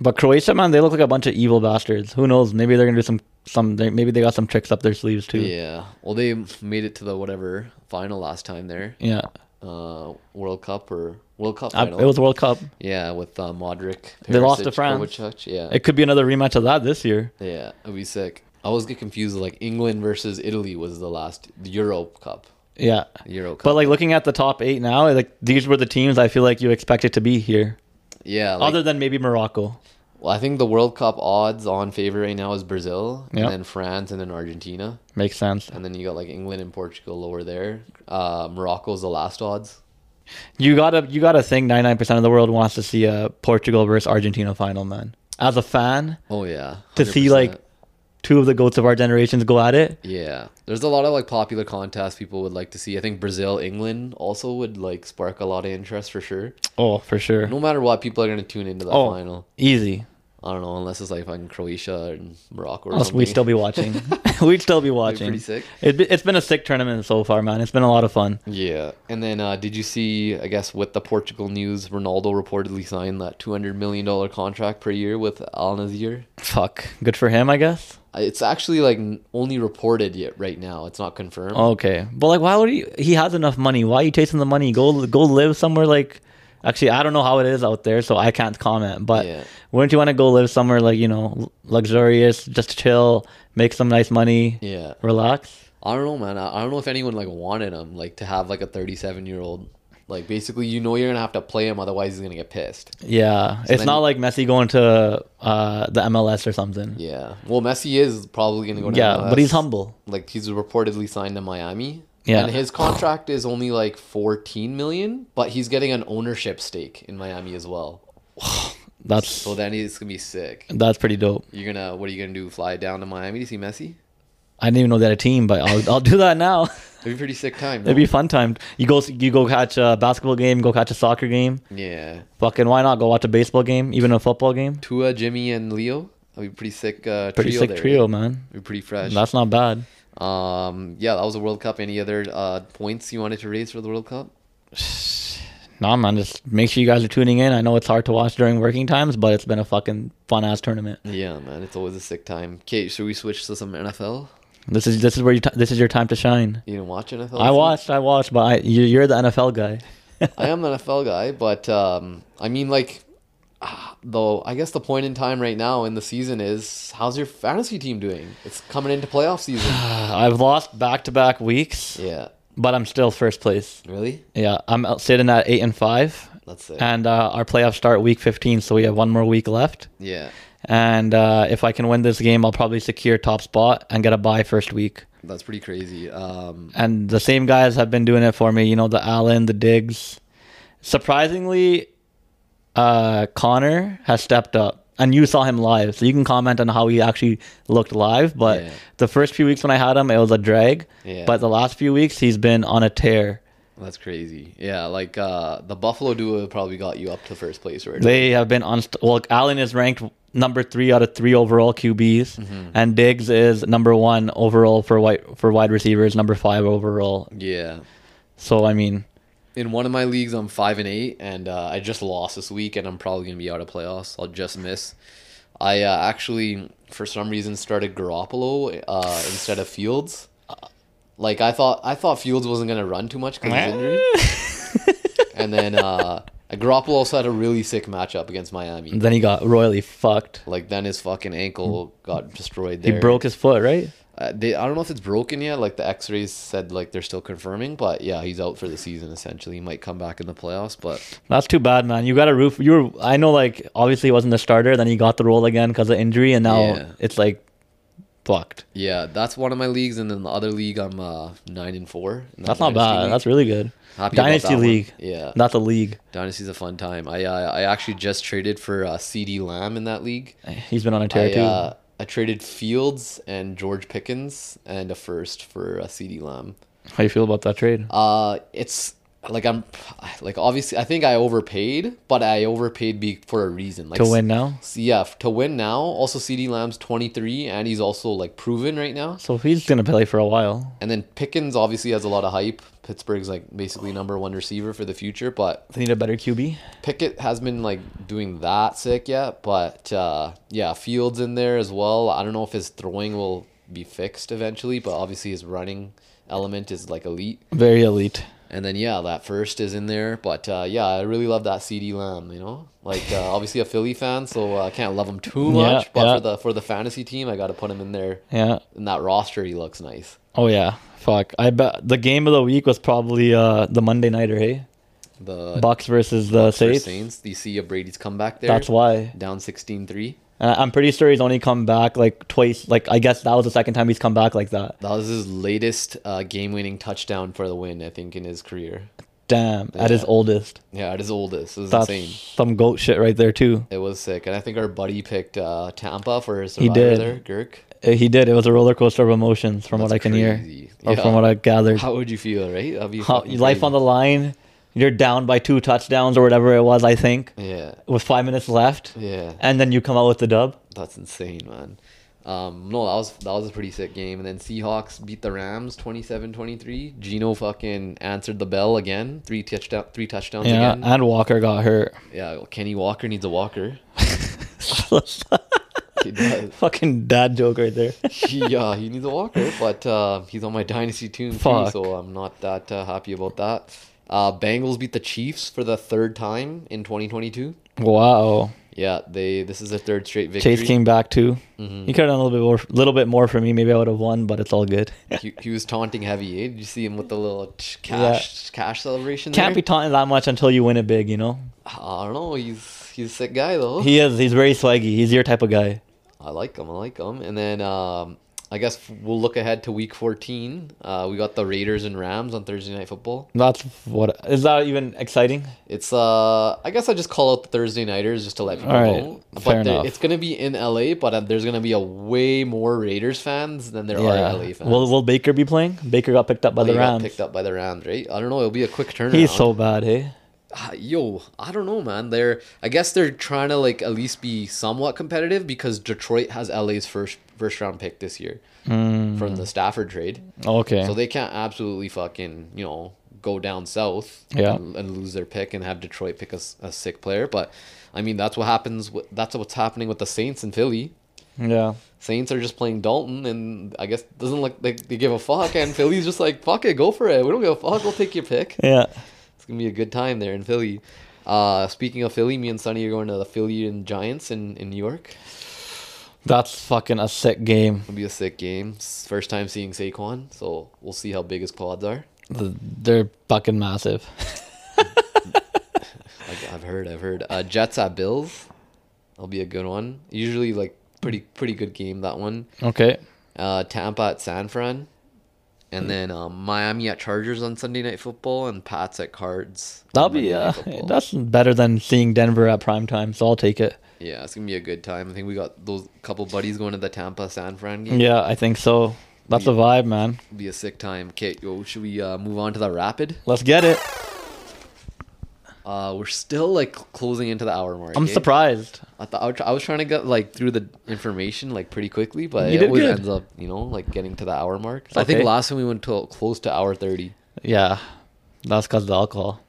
[SPEAKER 2] But Croatia, man, they look like a bunch of evil bastards. Who knows? Maybe they're gonna do some some. They, maybe they got some tricks up their sleeves too.
[SPEAKER 1] Yeah. Well, they made it to the whatever final last time there,
[SPEAKER 2] Yeah.
[SPEAKER 1] uh, World Cup or World Cup
[SPEAKER 2] I-
[SPEAKER 1] final.
[SPEAKER 2] it was World Cup.
[SPEAKER 1] yeah, with uh, Modric.
[SPEAKER 2] They lost to
[SPEAKER 1] Perisic,
[SPEAKER 2] France.
[SPEAKER 1] Kovacic. Yeah,
[SPEAKER 2] It could be another rematch of that this year.
[SPEAKER 1] yeah, it'd be sick. I always get confused. Like England versus Italy was the last Euro Cup.
[SPEAKER 2] Yeah.
[SPEAKER 1] Euro Cup.
[SPEAKER 2] But like looking at the top eight now, like these were the teams I feel like you expected to be here,
[SPEAKER 1] yeah, like,
[SPEAKER 2] other than maybe Morocco.
[SPEAKER 1] well, I think the World Cup odds on favor right now is Brazil,
[SPEAKER 2] Yeah.
[SPEAKER 1] and then France, and then Argentina.
[SPEAKER 2] Makes sense.
[SPEAKER 1] and then you got like England and Portugal lower there. Uh, Morocco's the last odds.
[SPEAKER 2] You gotta you gotta think ninety nine percent of the world wants to see a Portugal versus Argentina final, man. As a fan,
[SPEAKER 1] Oh yeah,
[SPEAKER 2] to see like
[SPEAKER 1] 100%.
[SPEAKER 2] two of the goats of our generations go at it.
[SPEAKER 1] yeah, there's a lot of like popular contests people would like to see. I think Brazil, England also would like spark a lot of interest for sure.
[SPEAKER 2] Oh, for sure.
[SPEAKER 1] No matter what, people are gonna tune into that
[SPEAKER 2] Oh.
[SPEAKER 1] final.
[SPEAKER 2] Easy.
[SPEAKER 1] I don't know unless it's like fucking Croatia and Morocco. Or
[SPEAKER 2] Unless
[SPEAKER 1] something.
[SPEAKER 2] we'd still be watching. we'd still be watching.
[SPEAKER 1] pretty sick.
[SPEAKER 2] It'd be- it's been a sick tournament so far, man. It's been a lot of fun.
[SPEAKER 1] Yeah, and then uh, did you see? I guess with the Portugal news, Ronaldo reportedly signed that two hundred million dollar contract per year with Al Nassr.
[SPEAKER 2] Fuck. Good for him, I guess.
[SPEAKER 1] It's actually like n- only reported yet right now. It's not confirmed.
[SPEAKER 2] Okay, but like, why would he? He has enough money. Why are you chasing the money? Go, go live somewhere like. Actually, I don't know how it is out there, so I can't comment. But
[SPEAKER 1] Yeah.
[SPEAKER 2] wouldn't you want to go live somewhere like you know, luxurious, just chill, make some nice money,
[SPEAKER 1] Yeah.
[SPEAKER 2] relax?
[SPEAKER 1] I don't know, man. I, I don't know if anyone like wanted him, like to have like a 37 year old. Like basically, you know you're gonna have to play him, otherwise he's gonna get pissed.
[SPEAKER 2] Yeah, it's
[SPEAKER 1] then-
[SPEAKER 2] not like Messi going to uh, the MLS or something. Yeah,
[SPEAKER 1] Yeah. Well, Messi is probably gonna go. To MLS.
[SPEAKER 2] but he's humble.
[SPEAKER 1] Like he's reportedly signed to Miami.
[SPEAKER 2] Yeah.
[SPEAKER 1] And his contract is only like 14 million, but he's getting an ownership stake in Miami as well.
[SPEAKER 2] That's
[SPEAKER 1] So then he's gonna be sick.
[SPEAKER 2] that's pretty dope.
[SPEAKER 1] You're gonna what are you gonna do? Fly down to Miami to see Messi?
[SPEAKER 2] I didn't even know they had a team, but I'll, I'll do that now.
[SPEAKER 1] It'd be a pretty sick time.
[SPEAKER 2] It'd be fun time. You go, you go catch a basketball game, go catch a soccer game.
[SPEAKER 1] no? yeah.
[SPEAKER 2] Fucking why not go watch a baseball game, even a football game?
[SPEAKER 1] Tua, Jimmy, and Leo. That'd be pretty sick. Uh,
[SPEAKER 2] Pretty
[SPEAKER 1] trio
[SPEAKER 2] sick
[SPEAKER 1] there,
[SPEAKER 2] trio,
[SPEAKER 1] right?
[SPEAKER 2] man.
[SPEAKER 1] It'd be pretty fresh.
[SPEAKER 2] That's not bad.
[SPEAKER 1] Um, yeah, that was the World Cup. Any other uh, points you wanted to raise for the World Cup?
[SPEAKER 2] Nah, man. Just make sure you guys are tuning in. I know it's hard to watch during working times, but it's been a fucking fun ass tournament.
[SPEAKER 1] Yeah, man, it's always a sick time. Kate, should we switch to some NFL?
[SPEAKER 2] This is this is where you t- this is your time to shine.
[SPEAKER 1] You didn't watch NFL?
[SPEAKER 2] I watched, I watched, but I, you, you're the NFL guy.
[SPEAKER 1] I am an NFL guy, but um, I mean, like, ah, though I guess the point in time right now in the season is how's your fantasy team doing? It's coming into playoff season.
[SPEAKER 2] I've lost back to back weeks,
[SPEAKER 1] yeah.
[SPEAKER 2] but I'm still first place.
[SPEAKER 1] Really?
[SPEAKER 2] Yeah, I'm out- sitting at eight and five,
[SPEAKER 1] Let's see.
[SPEAKER 2] and uh, our playoffs start week 15, so we have one more week left.
[SPEAKER 1] yeah.
[SPEAKER 2] And uh, if I can win this game, I'll probably secure top spot and get a bye first week.
[SPEAKER 1] That's pretty crazy. Um
[SPEAKER 2] And the same guys have been doing it for me. You know, the Allen, the Diggs. Surprisingly, uh, Connor has stepped up. And you saw him live, so you can comment on how he actually looked live. But
[SPEAKER 1] Yeah.
[SPEAKER 2] the first few weeks when I had him, it was a drag.
[SPEAKER 1] Yeah.
[SPEAKER 2] But the last few weeks, he's been on a tear.
[SPEAKER 1] that's crazy. Yeah, like uh the Buffalo duo probably got you up to first place right
[SPEAKER 2] They have been on. Well, Allen is ranked number three out of three overall QBs,
[SPEAKER 1] Mm-hmm.
[SPEAKER 2] and Diggs is number one overall for wide for wide receivers, number five overall.
[SPEAKER 1] Yeah.
[SPEAKER 2] So I mean,
[SPEAKER 1] In one of my leagues, I'm five and eight, and uh, I just lost this week, and I'm probably gonna be out of playoffs. I'll just miss. I uh, actually, for some reason, started Garoppolo uh, instead of Fields. Like I thought, I thought Fields wasn't gonna run too much because he's injury. and then uh, Garoppolo also had a really sick matchup against Miami.
[SPEAKER 2] then he got royally fucked.
[SPEAKER 1] Like then his fucking ankle got destroyed.
[SPEAKER 2] Mm. He
[SPEAKER 1] There.
[SPEAKER 2] broke his foot, right?
[SPEAKER 1] Uh, they, I don't know if it's broken yet. Like the X-rays said, like they're still confirming, but yeah, he's out for the season. Essentially, he might come back in the playoffs, but.
[SPEAKER 2] That's too bad, man. You got a roof. You were, I know, like obviously he wasn't the starter. Then he got the role again because of injury, and now
[SPEAKER 1] Yeah.
[SPEAKER 2] it's like fucked.
[SPEAKER 1] Yeah, that's one of my leagues, and then the other league I'm uh, nine and four. in that
[SPEAKER 2] That's not
[SPEAKER 1] dynasty
[SPEAKER 2] bad.
[SPEAKER 1] league.
[SPEAKER 2] That's really good.
[SPEAKER 1] Happy about
[SPEAKER 2] Dynasty
[SPEAKER 1] that one.
[SPEAKER 2] league.
[SPEAKER 1] Yeah,
[SPEAKER 2] Not the league.
[SPEAKER 1] dynasty's a fun time. I uh, I actually just traded for uh, CD Lamb in that league.
[SPEAKER 2] He's been on a tear
[SPEAKER 1] I
[SPEAKER 2] too.
[SPEAKER 1] uh, I traded Fields and George Pickens and a first for uh, CD Lamb.
[SPEAKER 2] How you feel about that trade?
[SPEAKER 1] Uh, it's like I'm like obviously I think I overpaid, but I overpaid be for a reason. Like
[SPEAKER 2] to win now.
[SPEAKER 1] s- Yeah, f- to win now. Also, CD Lamb's 23, and he's also like proven right now.
[SPEAKER 2] So he's gonna play for a while.
[SPEAKER 1] And then Pickens obviously has a lot of hype. Pittsburgh's like basically number one receiver for the future, but
[SPEAKER 2] They need a better QB.
[SPEAKER 1] Pickett has been like doing that sick yet. But uh, yeah, Fields in there as well. I don't know if his throwing will be fixed eventually, but obviously his running element is like elite.
[SPEAKER 2] Very elite.
[SPEAKER 1] And then yeah, that first is in there. But uh, yeah, I really love that CD Lamb. You know, like uh, obviously a Philly fan, so uh, I can't love him too
[SPEAKER 2] Yeah,
[SPEAKER 1] much. but
[SPEAKER 2] yeah.
[SPEAKER 1] for the for the fantasy team, I got to put him in there.
[SPEAKER 2] Yeah.
[SPEAKER 1] In that roster, he looks nice.
[SPEAKER 2] Oh yeah. Fuck. I bet the game of the week was probably uh the Monday nighter. Hey,
[SPEAKER 1] The
[SPEAKER 2] Bucks versus the
[SPEAKER 1] for
[SPEAKER 2] Saints.
[SPEAKER 1] Saints. Do you see a Brady's comeback there?
[SPEAKER 2] That's why.
[SPEAKER 1] Down 16-3.
[SPEAKER 2] And I- I'm pretty sure he's only come back like twice. Like I guess that was the second time he's come back like that.
[SPEAKER 1] That was his latest uh, game-winning touchdown for the win, I think, in his career.
[SPEAKER 2] Damn. At his
[SPEAKER 1] Yeah.
[SPEAKER 2] oldest.
[SPEAKER 1] Yeah, at his oldest. It was
[SPEAKER 2] That's
[SPEAKER 1] insane.
[SPEAKER 2] some goat shit right there too.
[SPEAKER 1] It was sick. And I think our buddy picked uh, Tampa for his
[SPEAKER 2] He
[SPEAKER 1] survivor
[SPEAKER 2] did.
[SPEAKER 1] there, Girk.
[SPEAKER 2] Uh, He did. It was a roller coaster of emotions from what
[SPEAKER 1] That's
[SPEAKER 2] I can
[SPEAKER 1] crazy.
[SPEAKER 2] hear, or
[SPEAKER 1] Yeah.
[SPEAKER 2] from what I gathered.
[SPEAKER 1] How would you feel, right? That'd be
[SPEAKER 2] Huh,
[SPEAKER 1] fucking
[SPEAKER 2] life
[SPEAKER 1] crazy.
[SPEAKER 2] on the line. You're down by two touchdowns or whatever it was. I think.
[SPEAKER 1] Yeah,
[SPEAKER 2] with five minutes left,
[SPEAKER 1] yeah.
[SPEAKER 2] and then you come out with the dub.
[SPEAKER 1] That's insane, man. Um, no, that was that was a pretty sick game. And then Seahawks beat the Rams 27-23. Gino fucking answered the bell again. Three touchdown, three touchdowns
[SPEAKER 2] Yeah,
[SPEAKER 1] again.
[SPEAKER 2] and Walker got hurt.
[SPEAKER 1] Yeah, Kenny Walker needs a walker. He does.
[SPEAKER 2] Fucking dad joke right there.
[SPEAKER 1] yeah, he needs a walker, but uh, he's on my dynasty team too,
[SPEAKER 2] Fuck.
[SPEAKER 1] so I'm not that uh, happy about that. Uh, Bengals beat the Chiefs for the third time in 2022.
[SPEAKER 2] wow,
[SPEAKER 1] Yeah, they this is their third straight victory.
[SPEAKER 2] Chase came back too. You could have done a little bit more, little bit more for me. Maybe I would have won, but it's all good.
[SPEAKER 1] He, he was taunting heavy. Eh? Did you see him with the little tch, cash cash celebration?
[SPEAKER 2] Can't be
[SPEAKER 1] there?
[SPEAKER 2] taunting that much until you win it big, you know.
[SPEAKER 1] I don't know. He's he's a sick guy though.
[SPEAKER 2] He is. He's very swaggy. He's your type of guy.
[SPEAKER 1] I like him. I like him. And then um, I guess we'll look ahead to Week 14. Uh, we got the Raiders and Rams on Thursday Night Football.
[SPEAKER 2] That's what is that even exciting?
[SPEAKER 1] It's uh, I guess I just call out the Thursday nighters just to let people
[SPEAKER 2] All right,
[SPEAKER 1] know.
[SPEAKER 2] fair
[SPEAKER 1] But there-
[SPEAKER 2] enough.
[SPEAKER 1] it's gonna be in LA, but uh, there's gonna be a way more Raiders fans than there are LA fans.
[SPEAKER 2] Will Will Baker be playing? Baker Oh, got picked up by
[SPEAKER 1] They
[SPEAKER 2] the
[SPEAKER 1] got
[SPEAKER 2] Rams.
[SPEAKER 1] picked up by the Rams, right? I don't know. It'll be a quick turnaround.
[SPEAKER 2] He's so bad, hey.
[SPEAKER 1] Ah, yo, I don't know, man. They're I guess they're trying to like at least be somewhat competitive because Detroit has LA's first first round pick this year
[SPEAKER 2] Hmm.
[SPEAKER 1] from the Stafford trade,
[SPEAKER 2] Okay.
[SPEAKER 1] so they can't absolutely fucking you know go down south
[SPEAKER 2] Yeah.
[SPEAKER 1] and, and lose their pick and have Detroit pick a, s- a sick player. But I mean that's what happens. With, that's what's happening with the Saints and Philly.
[SPEAKER 2] yeah.
[SPEAKER 1] Saints are just playing Dalton, and I guess doesn't look like they give a fuck. And Philly's just like fuck it, go for it. We don't give a fuck. We'll take your pick.
[SPEAKER 2] Yeah.
[SPEAKER 1] It's gonna be a good time there in Philly. Uh, speaking of Philly, me and Sonny are going to the Philly and Giants in, in New York.
[SPEAKER 2] That's fucking a sick game.
[SPEAKER 1] It'll be a sick game. S- First time seeing Saquon, so we'll see how big his quads are.
[SPEAKER 2] Th- They're fucking massive.
[SPEAKER 1] Like, I've heard, I've heard. Uh, Jets at Bills. That'll be a good one. Usually, like pretty pretty good game that one.
[SPEAKER 2] Okay.
[SPEAKER 1] Uh, Tampa at San Fran, and then um, Miami at Chargers on Sunday Night Football, and Pats at Cards. on
[SPEAKER 2] That'll be
[SPEAKER 1] Monday Night
[SPEAKER 2] uh,
[SPEAKER 1] Football.
[SPEAKER 2] that's better than seeing Denver at prime time, so I'll take it.
[SPEAKER 1] Yeah, it's gonna be a good time. I think we got those couple buddies going to the Tampa San Fran game.
[SPEAKER 2] Yeah, I think so. That's a vibe, man.
[SPEAKER 1] It'll be a sick time. Okay, yo, should we uh, move on to the rapid?
[SPEAKER 2] Let's get it.
[SPEAKER 1] Uh, we're still like cl- closing into the hour mark.
[SPEAKER 2] I'm
[SPEAKER 1] eh?
[SPEAKER 2] surprised.
[SPEAKER 1] I thought I was tr- I was trying to get like through the information like pretty quickly, but
[SPEAKER 2] You
[SPEAKER 1] it
[SPEAKER 2] did
[SPEAKER 1] always
[SPEAKER 2] good.
[SPEAKER 1] ends up you know like getting to the hour mark. I think
[SPEAKER 2] okay.
[SPEAKER 1] last time we went to close to hour thirty
[SPEAKER 2] Yeah, that's because of the alcohol.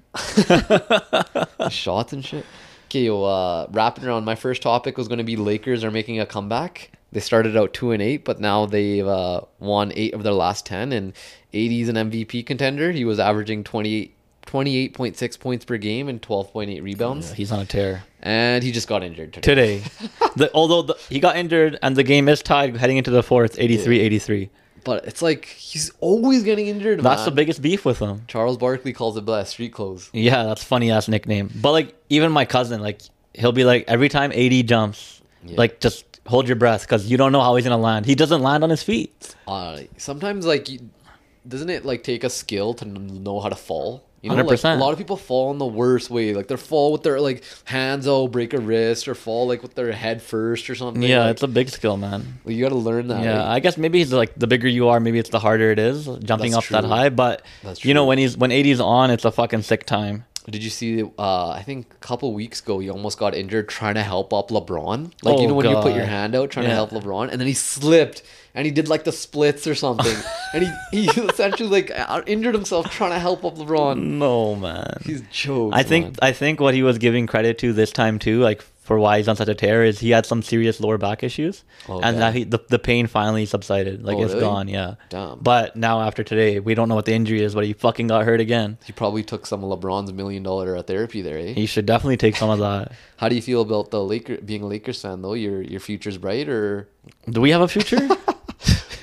[SPEAKER 1] shots and shit. Okay, yo, uh, wrapping around. My first topic was going to be Lakers are making a comeback. They started out two and eight, but now they've uh, won eight of their last ten. And 80's an MVP contender. He was averaging 28 28.6 points per game and 12.8 rebounds.
[SPEAKER 2] He's on a tear
[SPEAKER 1] And he just got injured today.
[SPEAKER 2] today. the, although the, he got injured and the game is tied heading into the fourth, 83-83.
[SPEAKER 1] But it's like he's always getting injured.
[SPEAKER 2] That's
[SPEAKER 1] man.
[SPEAKER 2] the biggest beef with him.
[SPEAKER 1] Charles Barkley calls it by street clothes.
[SPEAKER 2] Yeah, that's funny ass nickname. But like even my cousin, like he'll be like every time AD jumps,
[SPEAKER 1] Yeah.
[SPEAKER 2] like just hold your breath because you don't know how he's gonna land. He doesn't land on his feet.
[SPEAKER 1] Uh, sometimes like you, doesn't it like take a skill to n- know how to fall? You know, like a
[SPEAKER 2] 100%.
[SPEAKER 1] lot of people fall in the worst way. Like they fall with their like hands, oh, break a wrist, or fall like with their head first or something.
[SPEAKER 2] Yeah,
[SPEAKER 1] like,
[SPEAKER 2] it's a big skill, man.
[SPEAKER 1] you got to learn that.
[SPEAKER 2] Yeah,
[SPEAKER 1] right?
[SPEAKER 2] I guess maybe he's like the bigger you are, maybe it's the harder it is jumping
[SPEAKER 1] That's
[SPEAKER 2] off that
[SPEAKER 1] true.
[SPEAKER 2] high. But
[SPEAKER 1] That's
[SPEAKER 2] you know
[SPEAKER 1] true.
[SPEAKER 2] when he's when 80's on, it's a fucking sick time.
[SPEAKER 1] Did you see? Uh, I think a couple weeks ago, he almost got injured trying to help up LeBron. Like you
[SPEAKER 2] Oh,
[SPEAKER 1] know when you put
[SPEAKER 2] God.
[SPEAKER 1] your hand out trying to
[SPEAKER 2] Yeah.
[SPEAKER 1] help LeBron, and then he slipped and he did like the splits or something, and he he essentially like out- injured himself trying to help up LeBron.
[SPEAKER 2] No man.
[SPEAKER 1] He's jokes.
[SPEAKER 2] I think
[SPEAKER 1] man.
[SPEAKER 2] I think what he was giving credit to this time too, like for why he's on such a tear, is he had some serious lower back issues,
[SPEAKER 1] Oh,
[SPEAKER 2] and
[SPEAKER 1] yeah.
[SPEAKER 2] that he, the the pain finally subsided, like
[SPEAKER 1] Oh,
[SPEAKER 2] it's
[SPEAKER 1] really?
[SPEAKER 2] gone, yeah.
[SPEAKER 1] Damn.
[SPEAKER 2] But now after today, we don't know what the injury is, but he fucking got hurt again.
[SPEAKER 1] He probably took some of LeBron's million dollar therapy there, eh?
[SPEAKER 2] He should definitely take some of that.
[SPEAKER 1] How do you feel about the Laker being a Lakers fan though? Your your future's bright, or
[SPEAKER 2] Do we have a future?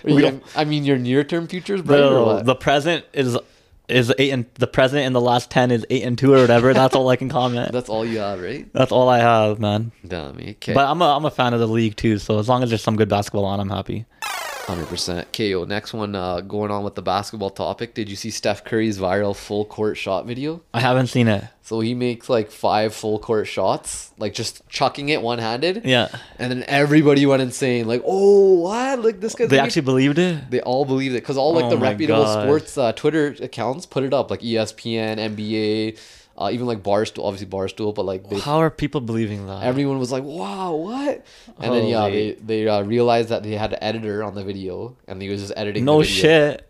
[SPEAKER 1] or you- I mean, your near term future's bright, or
[SPEAKER 2] the,
[SPEAKER 1] what?
[SPEAKER 2] the present is is eight and the present in the last ten is eight and two or whatever. That's all I can comment.
[SPEAKER 1] That's all you have, right?
[SPEAKER 2] That's all I have, man.
[SPEAKER 1] Damn, okay,
[SPEAKER 2] But I'm a I'm a fan of the league too, so as long as there's some good basketball on, I'm happy.
[SPEAKER 1] hundred percent. Ko. Next one, uh, going on with the basketball topic. Did you see Steph Curry's viral full court shot video?
[SPEAKER 2] I haven't seen it.
[SPEAKER 1] So he makes like five full court shots, like just chucking it one handed.
[SPEAKER 2] Yeah.
[SPEAKER 1] And then everybody went insane, like, "Oh, what? Like this guy?"
[SPEAKER 2] They actually believed it.
[SPEAKER 1] They all believed it because all like
[SPEAKER 2] Oh
[SPEAKER 1] the
[SPEAKER 2] my
[SPEAKER 1] reputable
[SPEAKER 2] God.
[SPEAKER 1] sports uh, Twitter accounts put it up, like E ESPN, NBA, uh, even like Barstool, obviously Barstool, but like they,
[SPEAKER 2] How are people believing that?
[SPEAKER 1] everyone was like, "Wow, what?" And then yeah,
[SPEAKER 2] Holy.
[SPEAKER 1] they they uh, realized that they had an editor on the video, and he was just editing.
[SPEAKER 2] no
[SPEAKER 1] the video.
[SPEAKER 2] shit.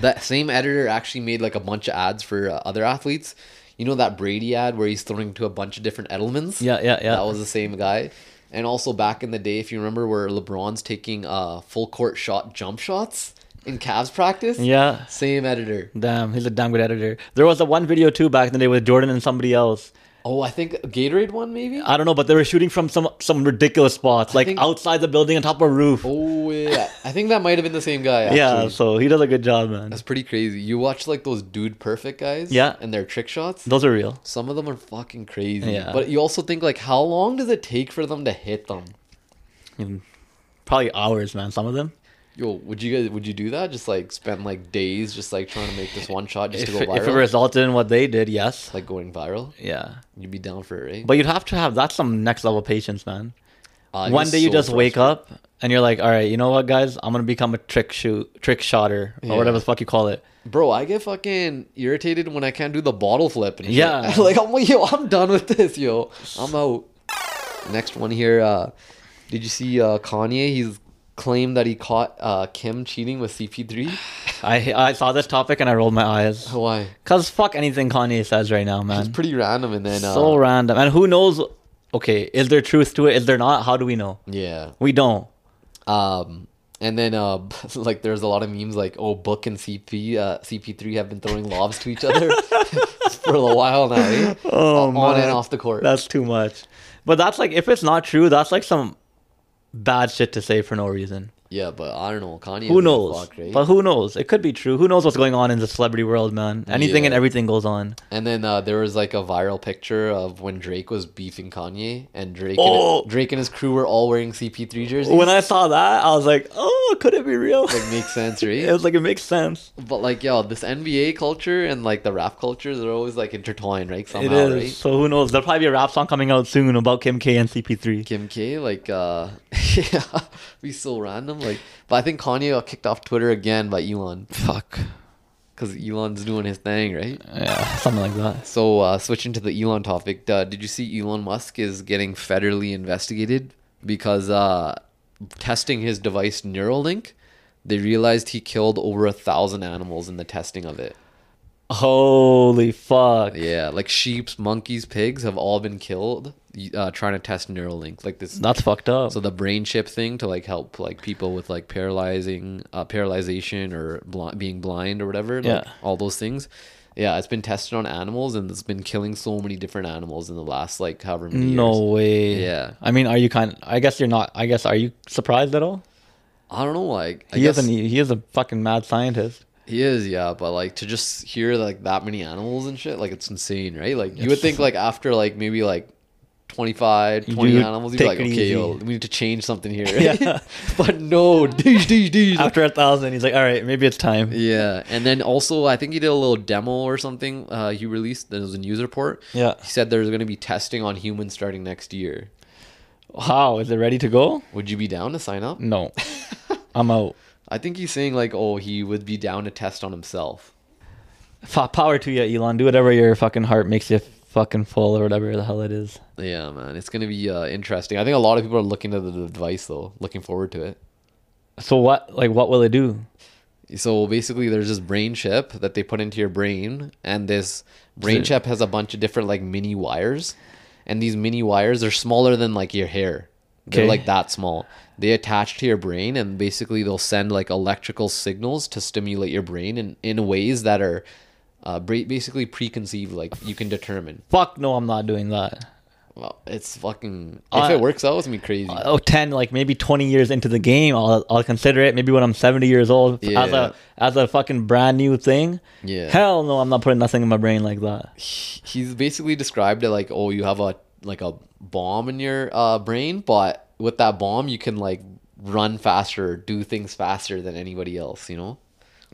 [SPEAKER 1] That same editor actually made like a bunch of ads for uh, other athletes. You know that Brady ad where he's throwing to a bunch of different Edelmans.
[SPEAKER 2] Yeah, yeah, yeah.
[SPEAKER 1] That was the same guy. And also back in the day, if you remember, where LeBron's taking uh, full court shot jump shots in Cavs practice.
[SPEAKER 2] Yeah.
[SPEAKER 1] Same editor.
[SPEAKER 2] Damn, he's a damn good editor. There was a one video too back in the day with Jordan and somebody else.
[SPEAKER 1] Oh, I think Gatorade one maybe.
[SPEAKER 2] I don't know, but they were shooting from some some ridiculous spots, like
[SPEAKER 1] think-
[SPEAKER 2] outside the building on top of a roof.
[SPEAKER 1] oh yeah, I think that might have been the same guy. Actually.
[SPEAKER 2] yeah, so he does a good job, man.
[SPEAKER 1] that's pretty crazy. You watch like those dude perfect guys.
[SPEAKER 2] Yeah.
[SPEAKER 1] and their trick shots.
[SPEAKER 2] Those are real.
[SPEAKER 1] Some of them are fucking crazy.
[SPEAKER 2] Yeah.
[SPEAKER 1] But you also think like, how long does it take for them to hit them?
[SPEAKER 2] Mm. Probably hours, man. Some of them.
[SPEAKER 1] Yo, would you guys would you do that? Just like spend like days just like trying to make this one shot just
[SPEAKER 2] If,
[SPEAKER 1] to go viral?
[SPEAKER 2] if it resulted in what they did, yes.
[SPEAKER 1] like going viral,
[SPEAKER 2] Yeah,
[SPEAKER 1] you'd be down for it, right?
[SPEAKER 2] but you'd have to have that's some next level patience, man.
[SPEAKER 1] Uh,
[SPEAKER 2] one
[SPEAKER 1] you're
[SPEAKER 2] day you
[SPEAKER 1] so
[SPEAKER 2] just wake
[SPEAKER 1] frustrated.
[SPEAKER 2] up and you're like, all right, you know what, guys? I'm gonna become a trick shoot, trick shotter, or whatever
[SPEAKER 1] Yeah.
[SPEAKER 2] the fuck you call it.
[SPEAKER 1] bro. I get fucking irritated when I can't do the bottle flip. And shit.
[SPEAKER 2] Yeah.
[SPEAKER 1] like I'm like, yo, I'm done with this, yo. I'm out. Next one here. Uh, did you see uh, Kanye? He's claimed that he caught uh, Kim cheating with CP3.
[SPEAKER 2] I I saw this topic and I rolled my eyes.
[SPEAKER 1] Why?
[SPEAKER 2] Cause fuck anything Kanye says right now,
[SPEAKER 1] It's
[SPEAKER 2] man.
[SPEAKER 1] pretty random, and then uh,
[SPEAKER 2] so random. And who knows? Okay, is there truth to it? Is there not? How do we know?
[SPEAKER 1] yeah.
[SPEAKER 2] We don't.
[SPEAKER 1] Um, And then, uh, like, there's a lot of memes like, "Oh, Book and CP, uh, CP3 have been throwing lobs to each other for a while now, eh?
[SPEAKER 2] Oh,
[SPEAKER 1] on
[SPEAKER 2] man.
[SPEAKER 1] and off the court."
[SPEAKER 2] That's too much. But that's like if it's not true, that's like some bad shit to say for no reason.
[SPEAKER 1] yeah, but I don't know. Kanye.
[SPEAKER 2] Who
[SPEAKER 1] is a
[SPEAKER 2] knows?
[SPEAKER 1] fuck, right?
[SPEAKER 2] But who knows? It could be true. Who knows what's going on in the celebrity world, man? Anything
[SPEAKER 1] Yeah.
[SPEAKER 2] and everything goes on.
[SPEAKER 1] And then uh, there was like a viral picture of when Drake was beefing Kanye, and Drake
[SPEAKER 2] Oh!
[SPEAKER 1] and, Drake and his crew were all wearing CP3 jerseys.
[SPEAKER 2] When I saw that, I was like, "Oh, could it be real?"
[SPEAKER 1] like makes sense,
[SPEAKER 2] it
[SPEAKER 1] right?
[SPEAKER 2] was like it makes sense.
[SPEAKER 1] but like, yo, this NBA culture and like the rap cultures are always like intertwined, right? Somehow,
[SPEAKER 2] it is.
[SPEAKER 1] right?
[SPEAKER 2] So who knows? There'll probably be a rap song coming out soon about Kim K and CP3.
[SPEAKER 1] Kim K, like, uh, yeah, be so random. Like, but I think Kanye got kicked off Twitter again by Elon
[SPEAKER 2] Fuck.
[SPEAKER 1] because Elon's doing his thing, right?
[SPEAKER 2] Yeah, something like that.
[SPEAKER 1] So, uh, switching to the Elon topic, uh, did you see Elon Musk is getting federally investigated because uh, testing his device Neuralink, they realized he killed over a thousand animals in the testing of it.
[SPEAKER 2] Holy fuck.
[SPEAKER 1] Yeah, like sheep, monkeys, pigs have all been killed uh, trying to test Neuralink, like this
[SPEAKER 2] That's fucked up.
[SPEAKER 1] So the brain chip thing to like help like people with like paralyzing, uh, paralyzation or bl- being blind or whatever, like
[SPEAKER 2] Yeah.
[SPEAKER 1] all those things. Yeah, it's been tested on animals and it's been killing so many different animals in the last like however many years.
[SPEAKER 2] no way.
[SPEAKER 1] Yeah.
[SPEAKER 2] I mean, are you kind? I guess you're not. I guess are you surprised at all?
[SPEAKER 1] I don't know, like I
[SPEAKER 2] he
[SPEAKER 1] guess
[SPEAKER 2] is an, e- he is a fucking mad scientist.
[SPEAKER 1] he is, yeah, but like to just hear like that many animals and shit, like it's insane, right? Like you would think like after like maybe like. 25 20
[SPEAKER 2] Dude,
[SPEAKER 1] animals you'd be
[SPEAKER 2] take
[SPEAKER 1] like
[SPEAKER 2] it
[SPEAKER 1] okay yo,
[SPEAKER 2] easy."
[SPEAKER 1] we need to change something here
[SPEAKER 2] Yeah.
[SPEAKER 1] but no dish dish dish
[SPEAKER 2] After a thousand, he's like, all right, maybe it's time.
[SPEAKER 1] Yeah, and then also I think he did a little demo or something. Uh, he released there was a news report.
[SPEAKER 2] Yeah.
[SPEAKER 1] He said there's going to be testing on humans starting next year.
[SPEAKER 2] How is it ready to go?
[SPEAKER 1] Would you be down to sign up?
[SPEAKER 2] No, I'm out.
[SPEAKER 1] I think he's saying like, oh, he would be down to test on himself.
[SPEAKER 2] F- power to you, Elon. Do whatever your fucking heart makes you fucking full or whatever the hell it is.
[SPEAKER 1] Yeah, man, it's going to be uh, interesting. I think a lot of people are looking to the device though, looking forward to it.
[SPEAKER 2] So what? Like, what will it do?
[SPEAKER 1] So basically, there's this brain chip that they put into your brain, and this brain
[SPEAKER 2] So-
[SPEAKER 1] chip has a bunch of different like mini wires, and these mini wires are smaller than like your hair. They're
[SPEAKER 2] Okay.
[SPEAKER 1] like that small. They attach to your brain, and basically they'll send like electrical signals to stimulate your brain in in ways that are uh, bra- basically preconceived. Like you can determine.
[SPEAKER 2] Fuck no, I'm not doing that.
[SPEAKER 1] Well, it's fucking. If
[SPEAKER 2] Uh,
[SPEAKER 1] it works out, it's gonna be crazy.
[SPEAKER 2] Oh, 10, like maybe 20 years into the game, I'll, I'll consider it. Maybe when I'm 70 years old, as
[SPEAKER 1] Yeah.
[SPEAKER 2] a as a fucking brand new thing.
[SPEAKER 1] Yeah.
[SPEAKER 2] Hell no, I'm not putting nothing in my brain like that.
[SPEAKER 1] he's basically described it like oh you have a like a bomb in your uh, brain but with that bomb you can like run faster do things faster than anybody else you know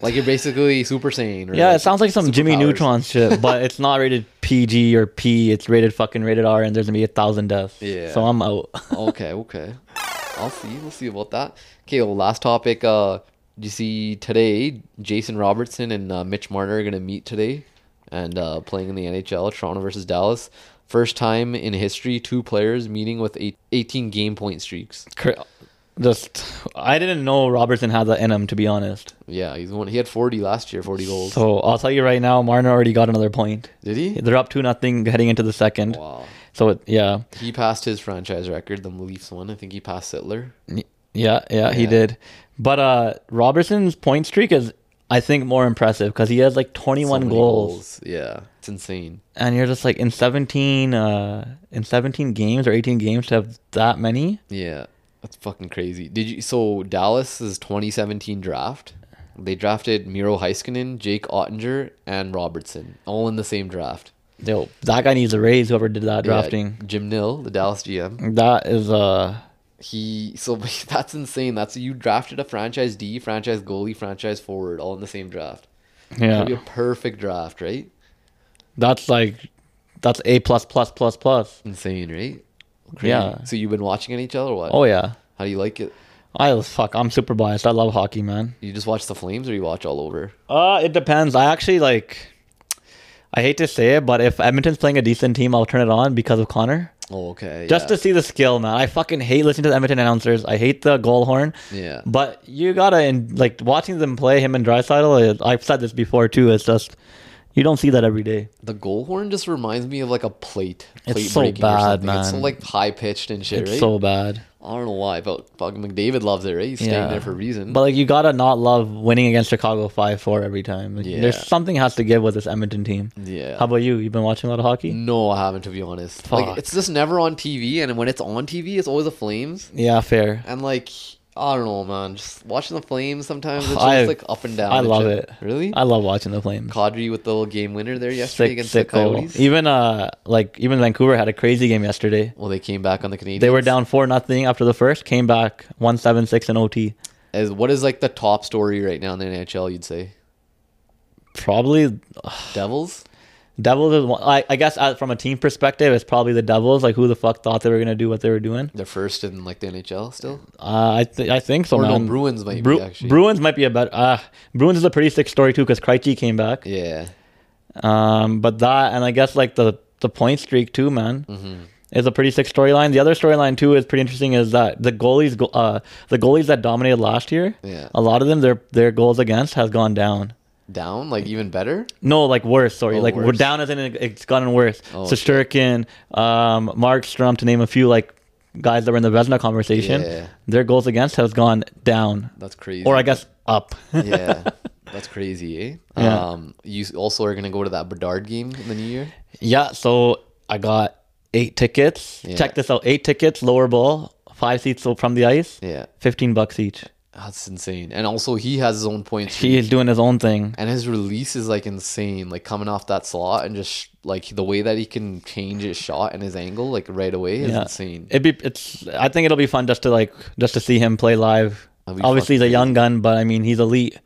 [SPEAKER 1] like you're basically super saiyan or
[SPEAKER 2] Yeah, it sounds like some Jimmy
[SPEAKER 1] superpowers.
[SPEAKER 2] Neutron shit, but it's not rated PG or P. It's rated fucking rated R, and there's gonna be a thousand deaths.
[SPEAKER 1] Yeah.
[SPEAKER 2] So I'm out.
[SPEAKER 1] okay okay i'll see we'll see about that okay well last topic uh you see today jason robertson and uh, mitch marner are gonna meet today and uh playing in the nhl toronto versus dallas first time in history two players meeting with eight, 18 game point streaks
[SPEAKER 2] Cr- Just, I didn't know Robertson had that in him, to be honest.
[SPEAKER 1] Yeah, he's one. He had forty last year, forty goals.
[SPEAKER 2] So I'll tell you right now, Marner already got another point.
[SPEAKER 1] Did he?
[SPEAKER 2] They're up two nothing heading into the second.
[SPEAKER 1] Wow.
[SPEAKER 2] So it, yeah.
[SPEAKER 1] He passed his franchise record. The Leafs won. I think he passed Sittler.
[SPEAKER 2] Y- Yeah, yeah, he
[SPEAKER 1] Yeah.
[SPEAKER 2] did. But uh Robertson's point streak is I think more impressive cuz he has like 21
[SPEAKER 1] many
[SPEAKER 2] goals.
[SPEAKER 1] Yeah, it's insane.
[SPEAKER 2] and you're just like in 17 uh in 17 games or 18 games to have that many?
[SPEAKER 1] Yeah, that's fucking crazy. Did you? So Dallas's 2017 draft, they drafted Miro Heiskanen, Jake Ottinger, and Robertson, all in the same draft.
[SPEAKER 2] Yo, that guy needs a raise whoever did that
[SPEAKER 1] Yeah,
[SPEAKER 2] drafting.
[SPEAKER 1] Jim Nill, the Dallas GM.
[SPEAKER 2] That is uh
[SPEAKER 1] He so that's insane. That's you drafted a franchise D, franchise goalie, franchise forward, all in the same draft.
[SPEAKER 2] yeah.
[SPEAKER 1] That'd be a perfect draft, right?
[SPEAKER 2] That's like that's A plus plus plus plus.
[SPEAKER 1] Insane, right?
[SPEAKER 2] Yeah.
[SPEAKER 1] So you've been watching NHL or what?
[SPEAKER 2] Oh yeah.
[SPEAKER 1] How do you like it?
[SPEAKER 2] I was fuck, I'm super biased. I love hockey, man.
[SPEAKER 1] You just watch the Flames or you watch all over?
[SPEAKER 2] Uh, it depends. I actually like. I hate to say it, but if Edmonton's playing a decent team, I'll turn it on because of Connor.
[SPEAKER 1] Oh, okay.
[SPEAKER 2] Just
[SPEAKER 1] yeah.
[SPEAKER 2] to see the skill, man. I fucking hate listening to the Edmonton announcers. I hate the goal horn.
[SPEAKER 1] Yeah.
[SPEAKER 2] But you gotta and like watching them play him and Drysaddle. I've said this before too. It's just you don't see that every day.
[SPEAKER 1] The goal horn just reminds me of like a plate.
[SPEAKER 2] It's
[SPEAKER 1] plate
[SPEAKER 2] so
[SPEAKER 1] breaking or
[SPEAKER 2] bad,
[SPEAKER 1] something. It's so
[SPEAKER 2] man.
[SPEAKER 1] like high pitched and shit,
[SPEAKER 2] It's
[SPEAKER 1] right?
[SPEAKER 2] so bad.
[SPEAKER 1] I don't know why, but fucking McDavid loves it, right? He's staying
[SPEAKER 2] Yeah.
[SPEAKER 1] there for a reason.
[SPEAKER 2] But like you gotta not love winning against Chicago five four every time. Like,
[SPEAKER 1] Yeah.
[SPEAKER 2] There's something has to give with this Edmonton team.
[SPEAKER 1] yeah.
[SPEAKER 2] How about you? You've been watching a lot of hockey?
[SPEAKER 1] no, I haven't to be honest.
[SPEAKER 2] Fuck.
[SPEAKER 1] Like it's just never on TV, and when it's on TV, it's always the Flames.
[SPEAKER 2] Yeah, fair.
[SPEAKER 1] And like I don't know, man, just watching the Flames sometimes it's
[SPEAKER 2] I-
[SPEAKER 1] just like up and down.
[SPEAKER 2] I
[SPEAKER 1] and
[SPEAKER 2] love
[SPEAKER 1] shit.
[SPEAKER 2] it.
[SPEAKER 1] Really,
[SPEAKER 2] I love watching the Flames.
[SPEAKER 1] Kadri with the little game winner there yesterday
[SPEAKER 2] Sick-
[SPEAKER 1] against
[SPEAKER 2] sick
[SPEAKER 1] the
[SPEAKER 2] goal.
[SPEAKER 1] Coyotes.
[SPEAKER 2] Even uh like even Vancouver had a crazy game yesterday.
[SPEAKER 1] well, they came back on the Canadians.
[SPEAKER 2] They were down four nothing after the first, came back one seven six in OT.
[SPEAKER 1] As what is like the top story right now in the NHL? You'd say
[SPEAKER 2] Probably
[SPEAKER 1] Devils.
[SPEAKER 2] Devils is one, I, I guess uh, from a team perspective, it's probably the Devils. Like who the fuck thought they were gonna do what they were doing?
[SPEAKER 1] They're first in like the NHL still.
[SPEAKER 2] Uh, I th- I think so.
[SPEAKER 1] Or no,
[SPEAKER 2] man.
[SPEAKER 1] Bruins might be,
[SPEAKER 2] Bru-
[SPEAKER 1] actually.
[SPEAKER 2] Bruins might be a better. Uh, Bruins is a pretty sick story too because Krejci came back.
[SPEAKER 1] Yeah,
[SPEAKER 2] Um, but that and I guess like the the point streak too, man,
[SPEAKER 1] Mm-hmm.
[SPEAKER 2] is a pretty sick storyline. The other storyline too is pretty interesting. Is that the goalies, go- uh, the goalies that dominated last year,
[SPEAKER 1] Yeah.
[SPEAKER 2] a lot of them their their goals against has gone down.
[SPEAKER 1] down like even better.
[SPEAKER 2] No, like worse. Sorry,
[SPEAKER 1] Oh,
[SPEAKER 2] like we're
[SPEAKER 1] worse.
[SPEAKER 2] down as in it- it's gotten worse.
[SPEAKER 1] Oh,
[SPEAKER 2] Shesterkin, um, Markstrom, to name a few, like guys that were in the Vesna conversation.
[SPEAKER 1] Yeah.
[SPEAKER 2] Their goals against has gone down,
[SPEAKER 1] That's crazy.
[SPEAKER 2] or I guess up.
[SPEAKER 1] yeah, that's crazy, eh?
[SPEAKER 2] Yeah.
[SPEAKER 1] Um, you s- also are gonna go to that Bedard game in the new year.
[SPEAKER 2] Yeah, so I got eight tickets.
[SPEAKER 1] Yeah.
[SPEAKER 2] Check this out: eight tickets, lower bowl, five seats from the ice,
[SPEAKER 1] Yeah,
[SPEAKER 2] fifteen bucks each.
[SPEAKER 1] that's insane. And also, he has his own points,
[SPEAKER 2] He is doing his own thing.
[SPEAKER 1] and his release is like insane. Like coming off that slot and just like the way that he can change his shot and his angle like right away is
[SPEAKER 2] Yeah.
[SPEAKER 1] insane.
[SPEAKER 2] It'd be, it's. I think it'll be fun just to like just to see him play live.
[SPEAKER 1] That'd be Mm-hmm.
[SPEAKER 2] Obviously, he's a
[SPEAKER 1] fucking
[SPEAKER 2] young gun, but I mean, he's elite.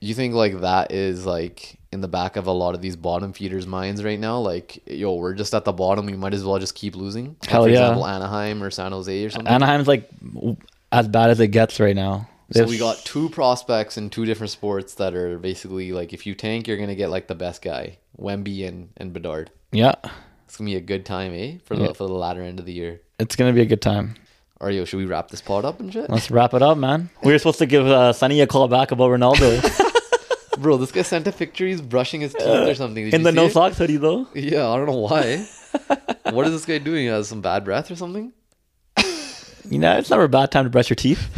[SPEAKER 1] you think like that is like in the back of a lot of these bottom feeders' minds right now? Like, yo, we're just at the bottom. We might as well just keep losing. Like,
[SPEAKER 2] Hell
[SPEAKER 1] for
[SPEAKER 2] yeah.
[SPEAKER 1] example, Anaheim or San Jose or something.
[SPEAKER 2] Anaheim's like w- as bad as it gets right now.
[SPEAKER 1] So
[SPEAKER 2] They've-
[SPEAKER 1] we got two prospects in two different sports that are basically like if you tank, you're gonna get like the best guy, Wemby and and Bedard.
[SPEAKER 2] yeah.
[SPEAKER 1] It's gonna be a good time, eh? For the for the latter end of the year.
[SPEAKER 2] It's gonna be a good time.
[SPEAKER 1] All right, yo, should we wrap this pod up and shit?
[SPEAKER 2] Let's wrap it up, man. We were supposed to give uh, Sunny a call back about Ronaldo
[SPEAKER 1] Bro, this guy sent a picture. He's brushing his teeth or something. Did
[SPEAKER 2] in
[SPEAKER 1] you
[SPEAKER 2] the
[SPEAKER 1] see
[SPEAKER 2] no
[SPEAKER 1] it?
[SPEAKER 2] socks hoodie though.
[SPEAKER 1] Yeah, I don't know why. what is this guy doing? He has some bad breath or something?
[SPEAKER 2] You know, it's never a bad time to brush your teeth.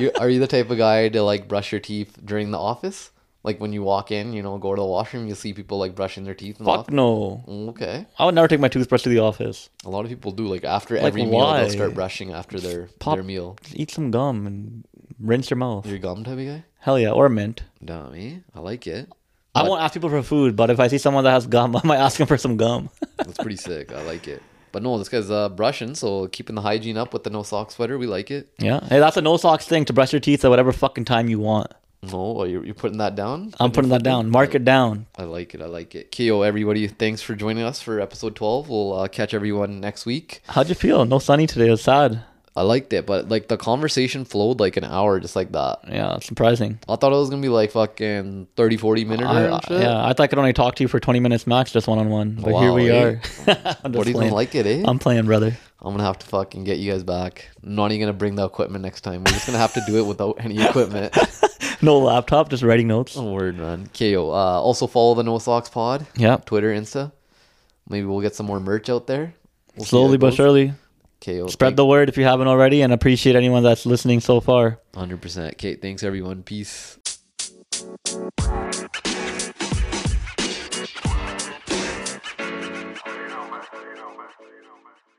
[SPEAKER 1] You, are you the type of guy to like brush your teeth during the office? Like when you walk in, you know, go to the washroom, you see people like brushing their teeth in the
[SPEAKER 2] Fuck
[SPEAKER 1] office.
[SPEAKER 2] no.
[SPEAKER 1] Okay.
[SPEAKER 2] I would never take my toothbrush to the office.
[SPEAKER 1] A lot of people do. Like after every meal,
[SPEAKER 2] why?
[SPEAKER 1] they'll start brushing after their
[SPEAKER 2] Pop-
[SPEAKER 1] their meal.
[SPEAKER 2] Just eat some gum and rinse your mouth.
[SPEAKER 1] Your gum type of guy?
[SPEAKER 2] Hell yeah, or mint.
[SPEAKER 1] Dummy. I like it.
[SPEAKER 2] I won't ask people for food, but if I see someone that has gum, I might ask them for some gum.
[SPEAKER 1] That's pretty sick. I like it. But no, this guy's uh, brushing, so keeping the hygiene up with the no sock sweater, we like it.
[SPEAKER 2] yeah. Hey, that's a no socks thing to brush your teeth at whatever fucking time you want.
[SPEAKER 1] No, oh, you're, you're putting that down?
[SPEAKER 2] I'm putting that down. Mark it down.
[SPEAKER 1] I like it. I like it. Keo, everybody, thanks for joining us for episode 12. We'll uh, catch everyone next week.
[SPEAKER 2] How'd you feel? No sunny today. It was sad.
[SPEAKER 1] I liked it, but like the conversation flowed like an hour just like that.
[SPEAKER 2] Yeah, it's surprising.
[SPEAKER 1] I thought it was going to be like fucking 30, 40 minutes
[SPEAKER 2] I-
[SPEAKER 1] or
[SPEAKER 2] I-
[SPEAKER 1] shit.
[SPEAKER 2] yeah, I thought I could only talk to you for 20 minutes max, just one on one. But here
[SPEAKER 1] Wow,
[SPEAKER 2] we
[SPEAKER 1] eh?
[SPEAKER 2] are. I'm
[SPEAKER 1] What do you
[SPEAKER 2] just playing.
[SPEAKER 1] think like it, eh?
[SPEAKER 2] I'm playing, brother.
[SPEAKER 1] I'm gonna have to fucking get you guys back. I'm not even gonna bring the equipment next time. We're just gonna have to do it without any equipment.
[SPEAKER 2] No laptop, just writing notes.
[SPEAKER 1] oh, word, man. KO. Uh, also follow the No Socks Pod.
[SPEAKER 2] Yeah,
[SPEAKER 1] Twitter, Insta. Maybe we'll get some more merch out there. We'll see how
[SPEAKER 2] slowly
[SPEAKER 1] it
[SPEAKER 2] but
[SPEAKER 1] goes.
[SPEAKER 2] surely.
[SPEAKER 1] KO.
[SPEAKER 2] Spread the word if you haven't already, and appreciate anyone that's listening so far.
[SPEAKER 1] hundred percent. Kate, thanks everyone. Peace.
[SPEAKER 3] You know, man. You know, man. You know, man.